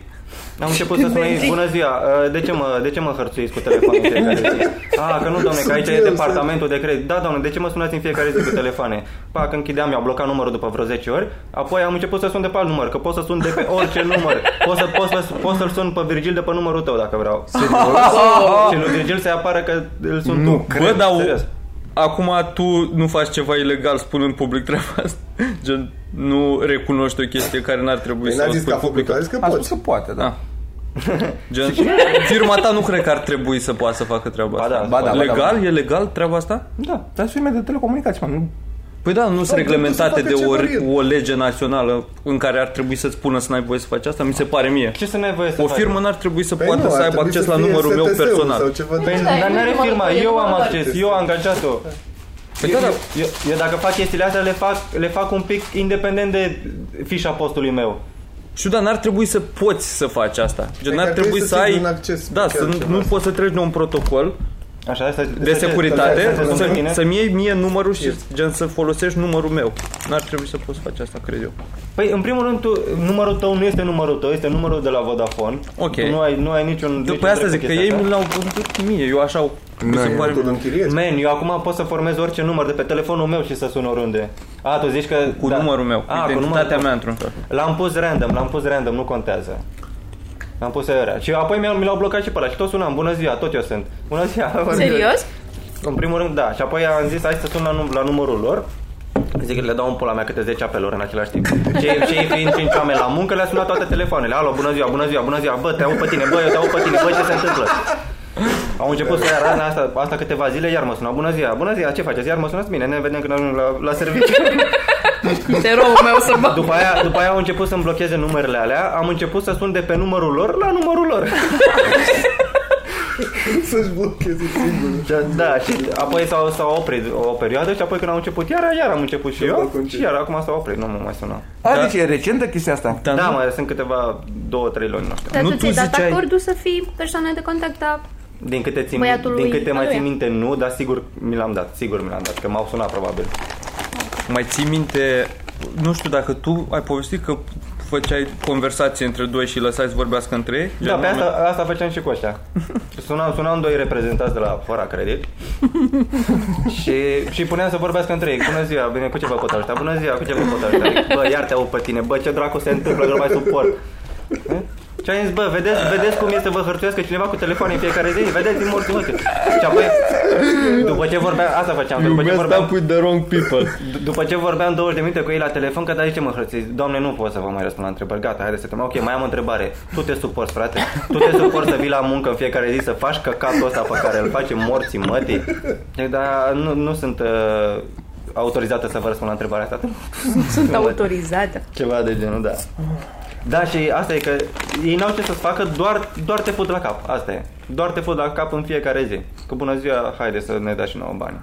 C: Am început să sun la ei, bună ziua, uh, de ce mă, de ce mă hărțuiți cu telefonul în fiecare zi? Ah, că nu, doamne, că aici e departamentul de credit. Da, doamne, de ce mă sunați în fiecare zi cu telefoane? Pa, că închideam, mi-au blocat numărul după vreo 10 ori, apoi am început să sun de pe alt număr, că pot să sun de pe orice număr. Pot, să, pot, să, pot să-l sun pe Virgil de pe numărul tău dacă vreau. Și lui Virgil se apară că îl sun
E: Nu
C: tu.
E: cred. Bă, dar o-
C: Serios.
E: Acum tu nu faci ceva ilegal spunând public treaba asta? Gen, nu recunoști o chestie care n-ar trebui
F: Păi
E: să
F: n-a
E: o
F: zis
E: spui
F: că a făcut,
E: public.
F: a zis că
B: A spus
F: poți.
B: că poate, da.
E: Da. Gen, firma ta nu cred că ar trebui să poată să facă treaba asta.
C: da, ba
B: da, ba da,
E: legal?
B: ba
E: E legal treaba asta?
B: Da, dar firme de telecomunicații, mă, nu...
E: Păi da, nu sunt
F: trebuie
E: reglementate
F: să
E: de
F: facă
E: o,
F: ceva
E: o lege națională în care ar trebui să-ți spună să n-ai voie să faci asta, mi se pare mie.
C: Ce să n-ai voie să
E: O
C: faci?
E: firmă n-ar trebui să
F: Păi
E: poată
F: nu,
E: să
F: ar
E: aibă
F: trebui
E: acces
F: să
E: la
F: fie
E: numărul meu
F: STS-ul sau
E: personal.
F: ceva.
C: Păi,
D: Da,
C: dar
D: e
C: nu are
D: numai
C: firma,
D: cu el,
C: eu am
D: numai
C: acces,
F: doar.
C: eu am angajat-o.
E: Păi
C: eu,
E: da, da,
C: eu, eu, dacă fac chestiile astea, le fac, le fac un pic independent de fișa postului meu.
E: Și da, n-ar trebui să poți să faci asta. Gen,
F: că
E: n-ar
F: Deci ar
E: trebui
F: trebui
E: să
F: să ții
E: ai...
F: un acces
E: da,
F: pe
E: să
F: altceva.
E: nu poți să treci de un protocol
C: Așa, asta,
E: de securitate,
C: Deci, să, să,
E: să-
C: să,
E: să-mi iei mie numărul și gen să folosești numărul meu. N-ar trebui să poți face asta, cred eu.
C: Păi, în primul rând, tu, numărul tău nu este numărul tău, este numărul de la Vodafone.
E: Ok.
C: Tu nu ai, nu ai niciun... niciun
E: După asta
C: drept
E: zic
C: cu
E: că ei
C: Deci, chestia
E: mi
C: asta.
E: l-au vândut mie, eu așa mi se
B: Nu,
E: pare
F: Tu îl închiriezi?
C: Man, eu acum pot să formez orice număr de pe telefonul meu și să sun oriunde. A, tu zici că... da.
E: cu numărul meu,
C: A,
E: cu
C: cu numărul
E: identitatea
C: tău.
E: mea într-un fel.
C: L-am pus random, l-am pus random, nu contează. L-am pus aerea. Și apoi mi-au, mi l-au blocat și pe ăla și tot sunam, bună ziua, tot eu sunt. Bună ziua.
D: Serios?
C: În primul rând, da. Și apoi am zis, hai să sun la, num- la numărul lor. Zic că le dau un pula mea câte 10 apeluri în același timp. Cei, cei fiind 5 oameni la muncă, le-a sunat toate telefoanele. Alo, bună ziua, bună ziua, bună ziua, bă, te aud pe tine, bă, eu te aud pe tine, bă, ce se întâmplă? Au început să ia rana asta, asta câteva zile, iar mă sună, bună ziua, bună ziua, ce faceți? Iar mă sunați bine, ne vedem când ajung la, la serviciu.
D: Te rog, meu să mă...
C: După aia, după aia au început să-mi blocheze numerele alea, am început să sun de pe numărul lor la numărul lor.
F: Să-și blocheze singur.
C: Da, da și apoi s-au, s-au oprit o perioadă și apoi când am început iar, iar am început și eu și iar acum s-au oprit, nu mă mai sună.
B: A, deci e recentă chestia asta.
E: Dar
C: Da,
E: nu-
C: mai sunt câteva două, trei luni, nu știu.
E: Nu
H: Dar tu
E: tu
H: ți-ai dat
E: ziceai-
H: acordul să fii persoană de contact da. a
C: Din câte, țin,
H: Băiatul
C: din
H: lui
C: câte mai
H: Căluia.
C: țin minte, nu, dar sigur mi l-am dat, sigur mi l-am dat, că m-au sunat probabil.
E: Mai ții minte, nu știu dacă tu ai povestit că făceai conversații între doi și lăsai să vorbească între ei?
C: Da, pe asta, asta făceam și cu ăștia. Sunam, sunam doi reprezentanți de la Fora Credit și, și puneam să vorbească între ei. Bună ziua, bine, cu ce vă pot ajuta? Bună ziua, cu ce vă pot ajuta? Bă, iar te aud pe tine, bă, ce dracu se întâmplă, că nu mai suport. Și am zis, bă, vedeți, vedeți cum este să vă hărțuiască cineva cu telefoane în fiecare zi? Vedeți, din morți morți. Și apoi, după ce vorbeam, asta făceam, după ce vorbeam,
E: with the wrong people.
C: d- după ce vorbeam 20 de minute cu ei la telefon, că da, de ce mă hărțiți? Doamne, nu pot să vă mai răspund la întrebări. Gata, haideți să te mai... Ok, mai am o întrebare. Tu te suporți, frate? Tu te suporți să vii la muncă în fiecare zi să faci căcatul ăsta pe care îl face morții mătii? Deci, Dar nu, nu sunt uh, autorizată să vă răspund la întrebarea asta.
D: Sunt autorizată.
C: Ceva de genul, da. Da, și asta e că ei n-au ce să facă, doar, doar te fut la cap. Asta e. Doar te fut la cap în fiecare zi. Că bună ziua, haide să ne dai și nouă bani.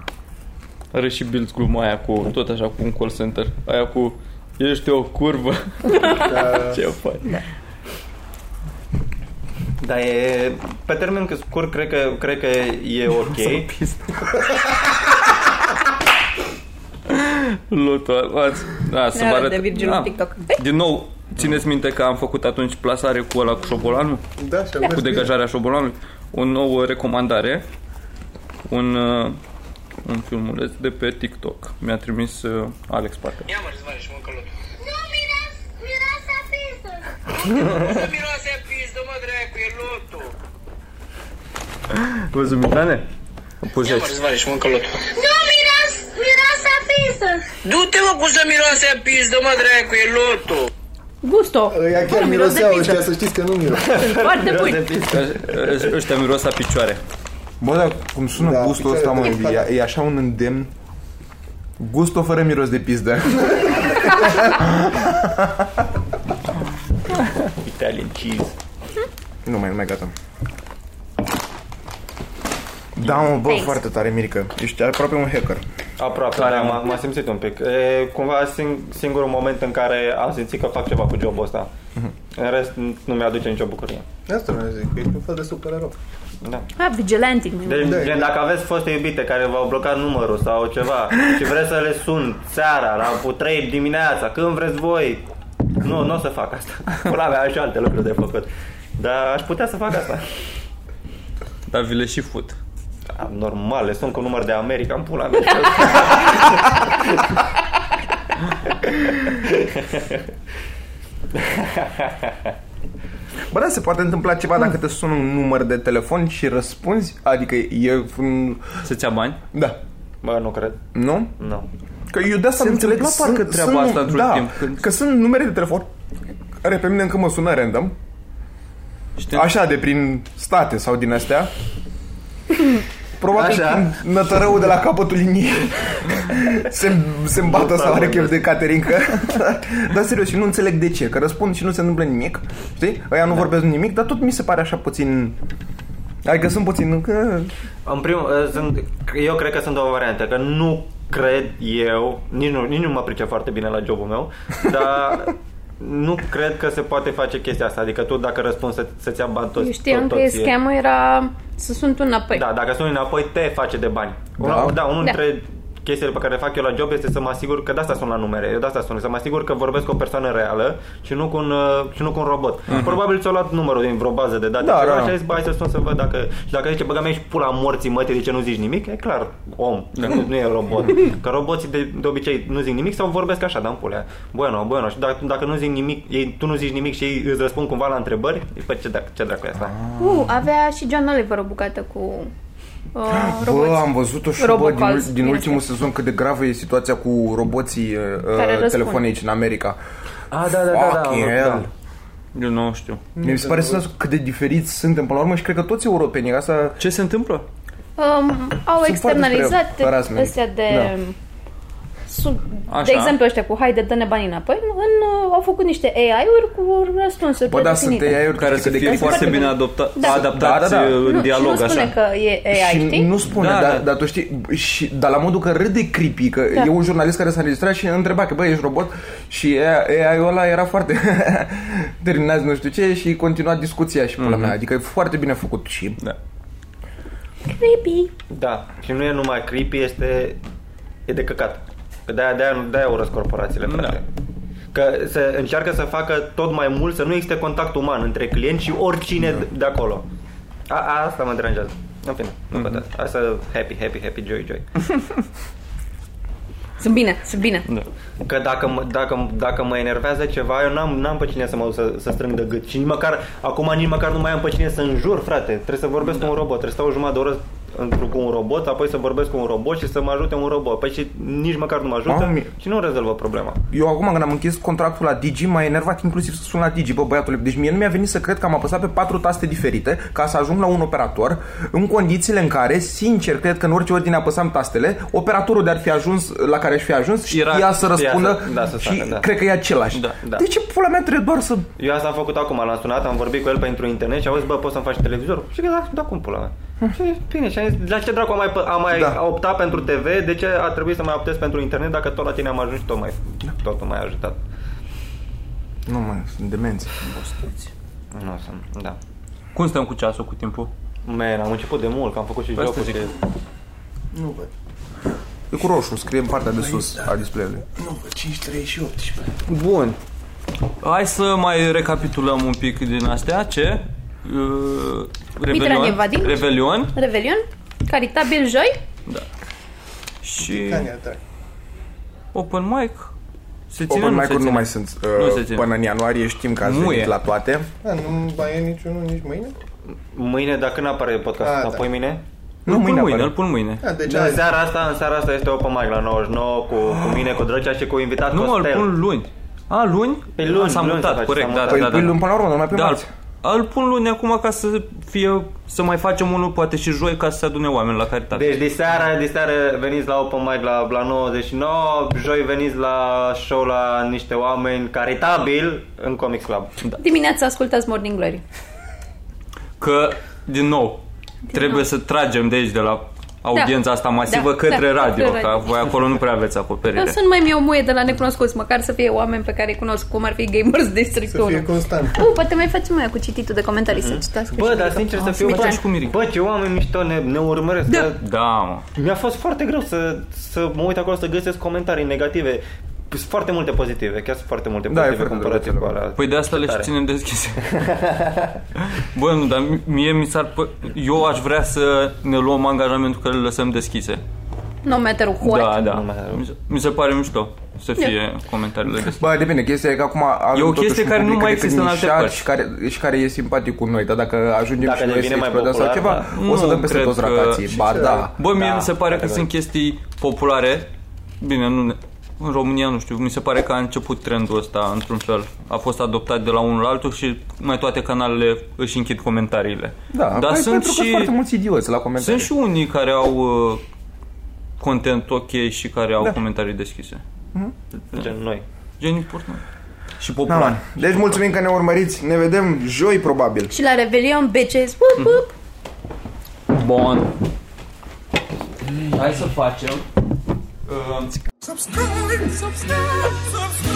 E: Are și Bill gluma aia cu, tot așa, cu un call center. Aia cu, ești o curvă.
C: Da.
E: Ce faci?
D: Da.
C: Dar e, pe termen cât scurt, cred că, cred că e ok.
E: Lutul, ați, da, să vă
D: Ne arăt
E: arăt.
D: de Virgil
E: da.
D: pe TikTok.
E: Din nou, țineți minte că am făcut atunci plasare cu ăla cu șobolanul?
F: Da, și-a
E: cu degajarea șobolanului, o nouă recomandare, un, uh, un filmuleț de pe TikTok. Mi-a trimis uh, Alex Parcă.
I: Nu miros, miros a pizdă. Nu miros a pizdă, mă, dracu, e lotul.
E: Văzut, Mitane? Puzeci.
I: Nu miros, miros a pizdă. Du-te, mă, cum să miroase a pizdă, mă, dracu, e lotul.
D: Gusto.
F: Ăia chiar
D: Bun, miros de
F: miroseau
D: pizza.
F: ăștia, să știți că nu miros.
D: Sunt foarte buni.
E: Ă- Ăștia miros la picioare.
B: Bă, dar cum sună
F: Da,
B: da, gustul ăsta,
F: picioarele
B: mă,
F: de-
B: e, e așa un îndemn. Gusto fără miros de pizdă.
E: Italian cheese.
B: nu mai, nu mai gata. Da, mă, bă,
D: Thanks.
B: foarte tare, Mirica. Ești aproape un hacker.
C: Aproape, da, m-a, m-a simțit un pic. E cumva sing- singurul moment în care am simțit că fac ceva cu jobul ăsta. În rest, n- nu mi-aduce nicio bucurie.
F: Asta vreau să zic, ești un fel de supererou.
C: Da.
D: Ah, vigilantic. mai mult.
C: Deci,
F: Da,
C: gen,
F: da.
C: dacă aveți foste iubite care v-au blocat numărul sau ceva și vreți să le sun seara, la cu 3 dimineața, când vreți voi, nu, nu o să fac asta. Pula mea, am și alte lucruri de făcut. Dar aș putea să fac asta.
E: Dar vi le și fut.
C: Da, normal, le sun cu număr de America, în pula mea.
B: Bă, da, se poate întâmpla ceva dacă te sună un număr de telefon și răspunzi? Adică e... un-
E: Să-ți ia bani?
B: Da.
C: Bă, nu cred.
B: Nu?
C: Nu.
B: Că eu de asta
E: Se
B: nu înțeleg
E: întâmpla parcă treaba asta într-un
B: da,
E: timp când-
B: că sunt numere de telefon care pe mine încă mă sună random.
E: Știu.
B: Așa, de prin state sau din astea. Probabil
G: Așa.
B: Așa. nătărăul de la capătul liniei se, se îmbată sau are chef de caterincă. dar serios, și nu înțeleg de ce. Că răspund și nu se întâmplă nimic. Știi? Aia nu vorbesc nimic, dar tot mi se pare așa puțin... Adică sunt puțin... Că...
C: În primul eh, sunt, eu cred că sunt două variante, că nu cred eu, nici nu, nici nu mă pricep foarte bine la jobul meu, dar nu cred că se poate face chestia asta, adică tu dacă răspunzi să, să-ți ia bani toți,
D: Eu știam
C: tot,
D: că e
C: toți e.
D: schemă era să sunt un apoi.
C: Da, dacă suni înapoi, te face de bani.
B: Da.
C: Da, da unul
D: Da.
C: dintre chestiile pe care le fac eu la job este să mă asigur că de asta sun la numere, eu de asta sun, să mă asigur că vorbesc cu o persoană reală și nu cu un, uh, și nu cu un robot. Uh-huh. Probabil ți-au luat numărul din vreo bază de date
B: Mhm. Da,
C: ceva,
B: da.
C: și ai zis, "Bă, hai să sun să văd dacă... Și dacă zice, băga mea, ești pula morții mătii, de ce nu zici nimic? E clar, om,
B: Da.
C: nu, nu e robot. Că roboții de, de, obicei nu zic nimic sau vorbesc așa, da, în pulea. Bueno, bueno, și dacă, dacă nu zic nimic, ei, tu nu zici nimic și ei îți răspund cumva la întrebări, păi ce, drac- ce dracu e asta?
D: Uh, avea și John Oliver o bucată cu
F: Da.
D: uh, roboți.
B: Bă, am văzut-o și bă,
D: Robocalls,
B: din, ul- din
D: bine
B: ultimul
D: spus.
B: sezon cât de gravă e situația cu roboții
D: Care
B: uh,
D: răspund.
B: telefonici în America.
C: Ah, da, da, da, da,
B: Fucking
C: am-
B: hell.
E: Eu nu știu.
B: Mi se pare să cât de diferiți suntem până la urmă și cred că toți europenii, că asta...
E: Ce se întâmplă?
D: Um, au
B: Sunt
D: externalizat
B: foarte harassment.
D: astea de...
B: Da.
D: Sub,
E: Așa.
D: de exemplu ăștia cu haide, dă-ne banii înapoi, în, uh, au făcut niște AI-uri cu răspunsuri
B: Bă, da, sunt
D: predefinite.
B: AI-uri
E: Care să
B: de
E: fie
B: cât-
E: foarte bine adopta-
D: Da.
E: adaptați
B: Da, da, da.
E: uh, în
D: nu,
E: dialog,
D: și nu spune
E: așa.
D: că e AI,
B: și
D: știi?
B: nu spune,
E: Da,
B: da, dar,
E: da.
B: dar tu știi, și, dar la modul că râde creepy, că
D: Da.
B: da. e un jurnalist care s-a înregistrat și întreba că, bă, ești robot? Și AI-ul ăla era foarte terminați nu știu ce și continua discuția și
C: Mhm.
B: pula mm-hmm. mea, adică e foarte bine făcut și...
E: Da.
D: Creepy.
C: Da, și nu e numai creepy, este e de căcat. Că de-aia, de-aia, de-aia urăsc corporațiile, frate. Da. Că se încearcă să facă tot mai mult să nu existe contact uman între client și oricine de, de acolo. A, a, asta mă deranjează. În fine, nu mm-hmm. contează. Asta happy, happy, happy, joy, joy.
D: Sunt bine, sunt bine.
E: Da.
C: Că dacă, mă- dacă, dacă mă enervează ceva, eu n-am, n-am pe cine să mă duc să, să strâng de gât. Și nici măcar, acum nici măcar nu mai am pe cine să înjur, frate. Trebuie să vorbesc da. cu un robot. Trebuie să stau jumătate de oră într cu un robot, apoi să vorbesc cu un robot și să mă ajute un robot. Păi și nici măcar nu mă ajută
B: Mamă.
C: și nu rezolvă problema.
B: Eu acum când am închis contractul la Digi, m-a enervat inclusiv să sun la Digi, bă băiatule, deci mie nu mi-a venit să cred că am apăsat pe patru taste diferite ca să ajung la un operator, în condițiile în care, sincer, cred că în orice ordine apăsam tastele, operatorul de-ar fi ajuns, la care aș fi ajuns, știa
E: Era-
B: să
C: știa
B: răspundă
C: să- da, să
B: și
C: facă, da.
B: cred că e același.
E: Da,
C: da.
B: De ce pula mea trebuie doar să...
C: Eu asta am făcut acum, l-am sunat, am vorbit cu el pentru internet și am zis, bă, poți să-mi faci televizor? Și că da, da cum pula mea. Și bine, și am zis, la ce dracu am mai, pă- am mai
B: Hm. Da.
C: da. optat pentru TV, de ce a trebuit să mai optez pentru internet dacă tot la tine am ajuns și tot mai,
B: Da.
C: tot nu m-ai ajutat.
B: Nu mă, sunt demenți.
C: Nu o să, da.
E: Cum stăm cu ceasul, cu timpul?
C: Man, am început de mult, că am făcut și
E: Păi asta
C: jocuri.
E: zic.
C: și-
F: Nu văd.
B: E cu roșu, scrie în partea de sus a display-ului.
F: Nu văd. 5, 3 și 18.
E: Bun. Hai să mai recapitulăm un pic din astea. Ce? Uh,
D: Evadin.
E: Revelion
D: Revelion, caritabil joi,
E: și
F: Tania, drag.
E: Open Mic. Se ține,
B: Open
E: nu se
B: mic
E: ține?
B: nu mai sunt.
E: Nu se
B: Uh,
E: ține.
B: până în ianuarie știm că ați
E: Muie.
B: venit la toate.
F: Da, nu mai e niciunul nici mâine?
C: Mâine, dacă nu apare podcastul,
F: Ah,
C: da,
F: da.
C: apoi mâine?
E: Nu,
B: Nu,
E: pun
B: mâine
E: mâine,
B: apare.
E: îl pun mâine.
F: Da, deci
C: Da, în
F: azi.
C: seara Ah. asta, în seara asta este Open Mic la 99 cu, cu mine, cu Drăcea și cu invitat
E: Nu mă, îl
C: Costel.
E: pun luni. A, luni?
C: Pe luni,
E: Ah, S-a
C: luni să
E: mutat,
C: faci,
E: corect,
C: s-a
E: da,
C: mutat.
E: da,
B: Păi
E: da,
B: îl pui
E: da.
B: luni până la urmă, dar mai pe
E: Da,
B: marți.
E: îl pun luni acum ca să fie să mai facem unul, poate și joi, ca să se adune oameni la caritate.
C: Deci de seara, de seara veniți la Open Mic la, la 99, joi veniți la show la niște oameni caritabil în Comics Club.
E: Da.
D: Dimineața ascultați Morning Glory.
E: Că, din nou, trebuie să tragem de aici, de la audiența asta masivă,
D: Da,
E: către
D: da,
E: radio,
D: către
E: că
D: radio.
E: voi acolo nu prea aveți
D: Eu
E: acoperire.
D: sunt mai mie o muie de la necunoscuți, măcar să fie oameni pe care îi cunosc, cum ar fi Gamers District
F: Să
D: 1.
F: fie constant.
D: Uh, poate mai facem aia cu cititul de comentarii, să citească
C: Bă,
D: și
C: dar
D: Mirica.
C: sincer să
D: Ah,
C: fiu,
D: Mirica.
E: Facem și cu Mirica.
C: bă, ce oameni mișto ne, ne urmăresc.
D: Da.
C: că
E: Da, mă.
C: Mi-a fost foarte greu să, să mă uit acolo să găsesc comentarii negative. Sunt foarte multe pozitive, chiar sunt foarte multe
B: Da, e
C: pozitive
B: foarte
C: comparativ cu
B: multe.
C: alea.
E: Păi de asta le și
C: tare.
E: ținem deschise. Bă, nu, dar mie mi s-ar... pă- Eu aș vrea să ne luăm angajamentul că le lăsăm deschise.
D: No matter what.
E: Da, da.
C: Nu mai are-
E: Mi se- Mi se pare mișto să fie comentariile deschise.
B: Bă, depinde, chestia e că acum avem
E: E o
B: totuși
E: chestie
B: un
E: care nu
B: public
E: mai
B: decât
E: există în alte
B: nișat
E: părți.
B: și care, și care e simpatic cu noi, dar dacă ajungem
C: Dacă
B: și noi
C: devine
B: să
C: mai
B: explodăm sau
C: popular,
B: ceva,
E: da.
B: o să
E: Nu
B: dăm peste
E: cred
B: toți
E: că-
B: racații. Ba, da.
E: Bă, mie
B: da.
E: mi se pare că sunt chestii populare. Bine, nu ne- în România nu știu, mi se pare că a început trendul ăsta într-un fel. A fost adoptat de la unul la altul și mai toate canalele își închid comentariile.
B: Da,
E: Dar
B: păi,
E: sunt
B: pentru că
E: și-
B: sunt foarte mulți idioți la comentarii.
E: Sunt și unii care au uh, content ok și care
B: Da.
E: au comentarii deschise.
C: Gen noi.
E: Gen important. Și
B: Da,
E: popular.
B: man. Deci mulțumim că ne urmăriți. Ne vedem joi, probabil.
D: Și la Revelion, bitches. Woop,
C: Mhm.
D: woop.
E: Bun. Hai să facem. Uh,
I: Subscribe, subscribe, subscribe.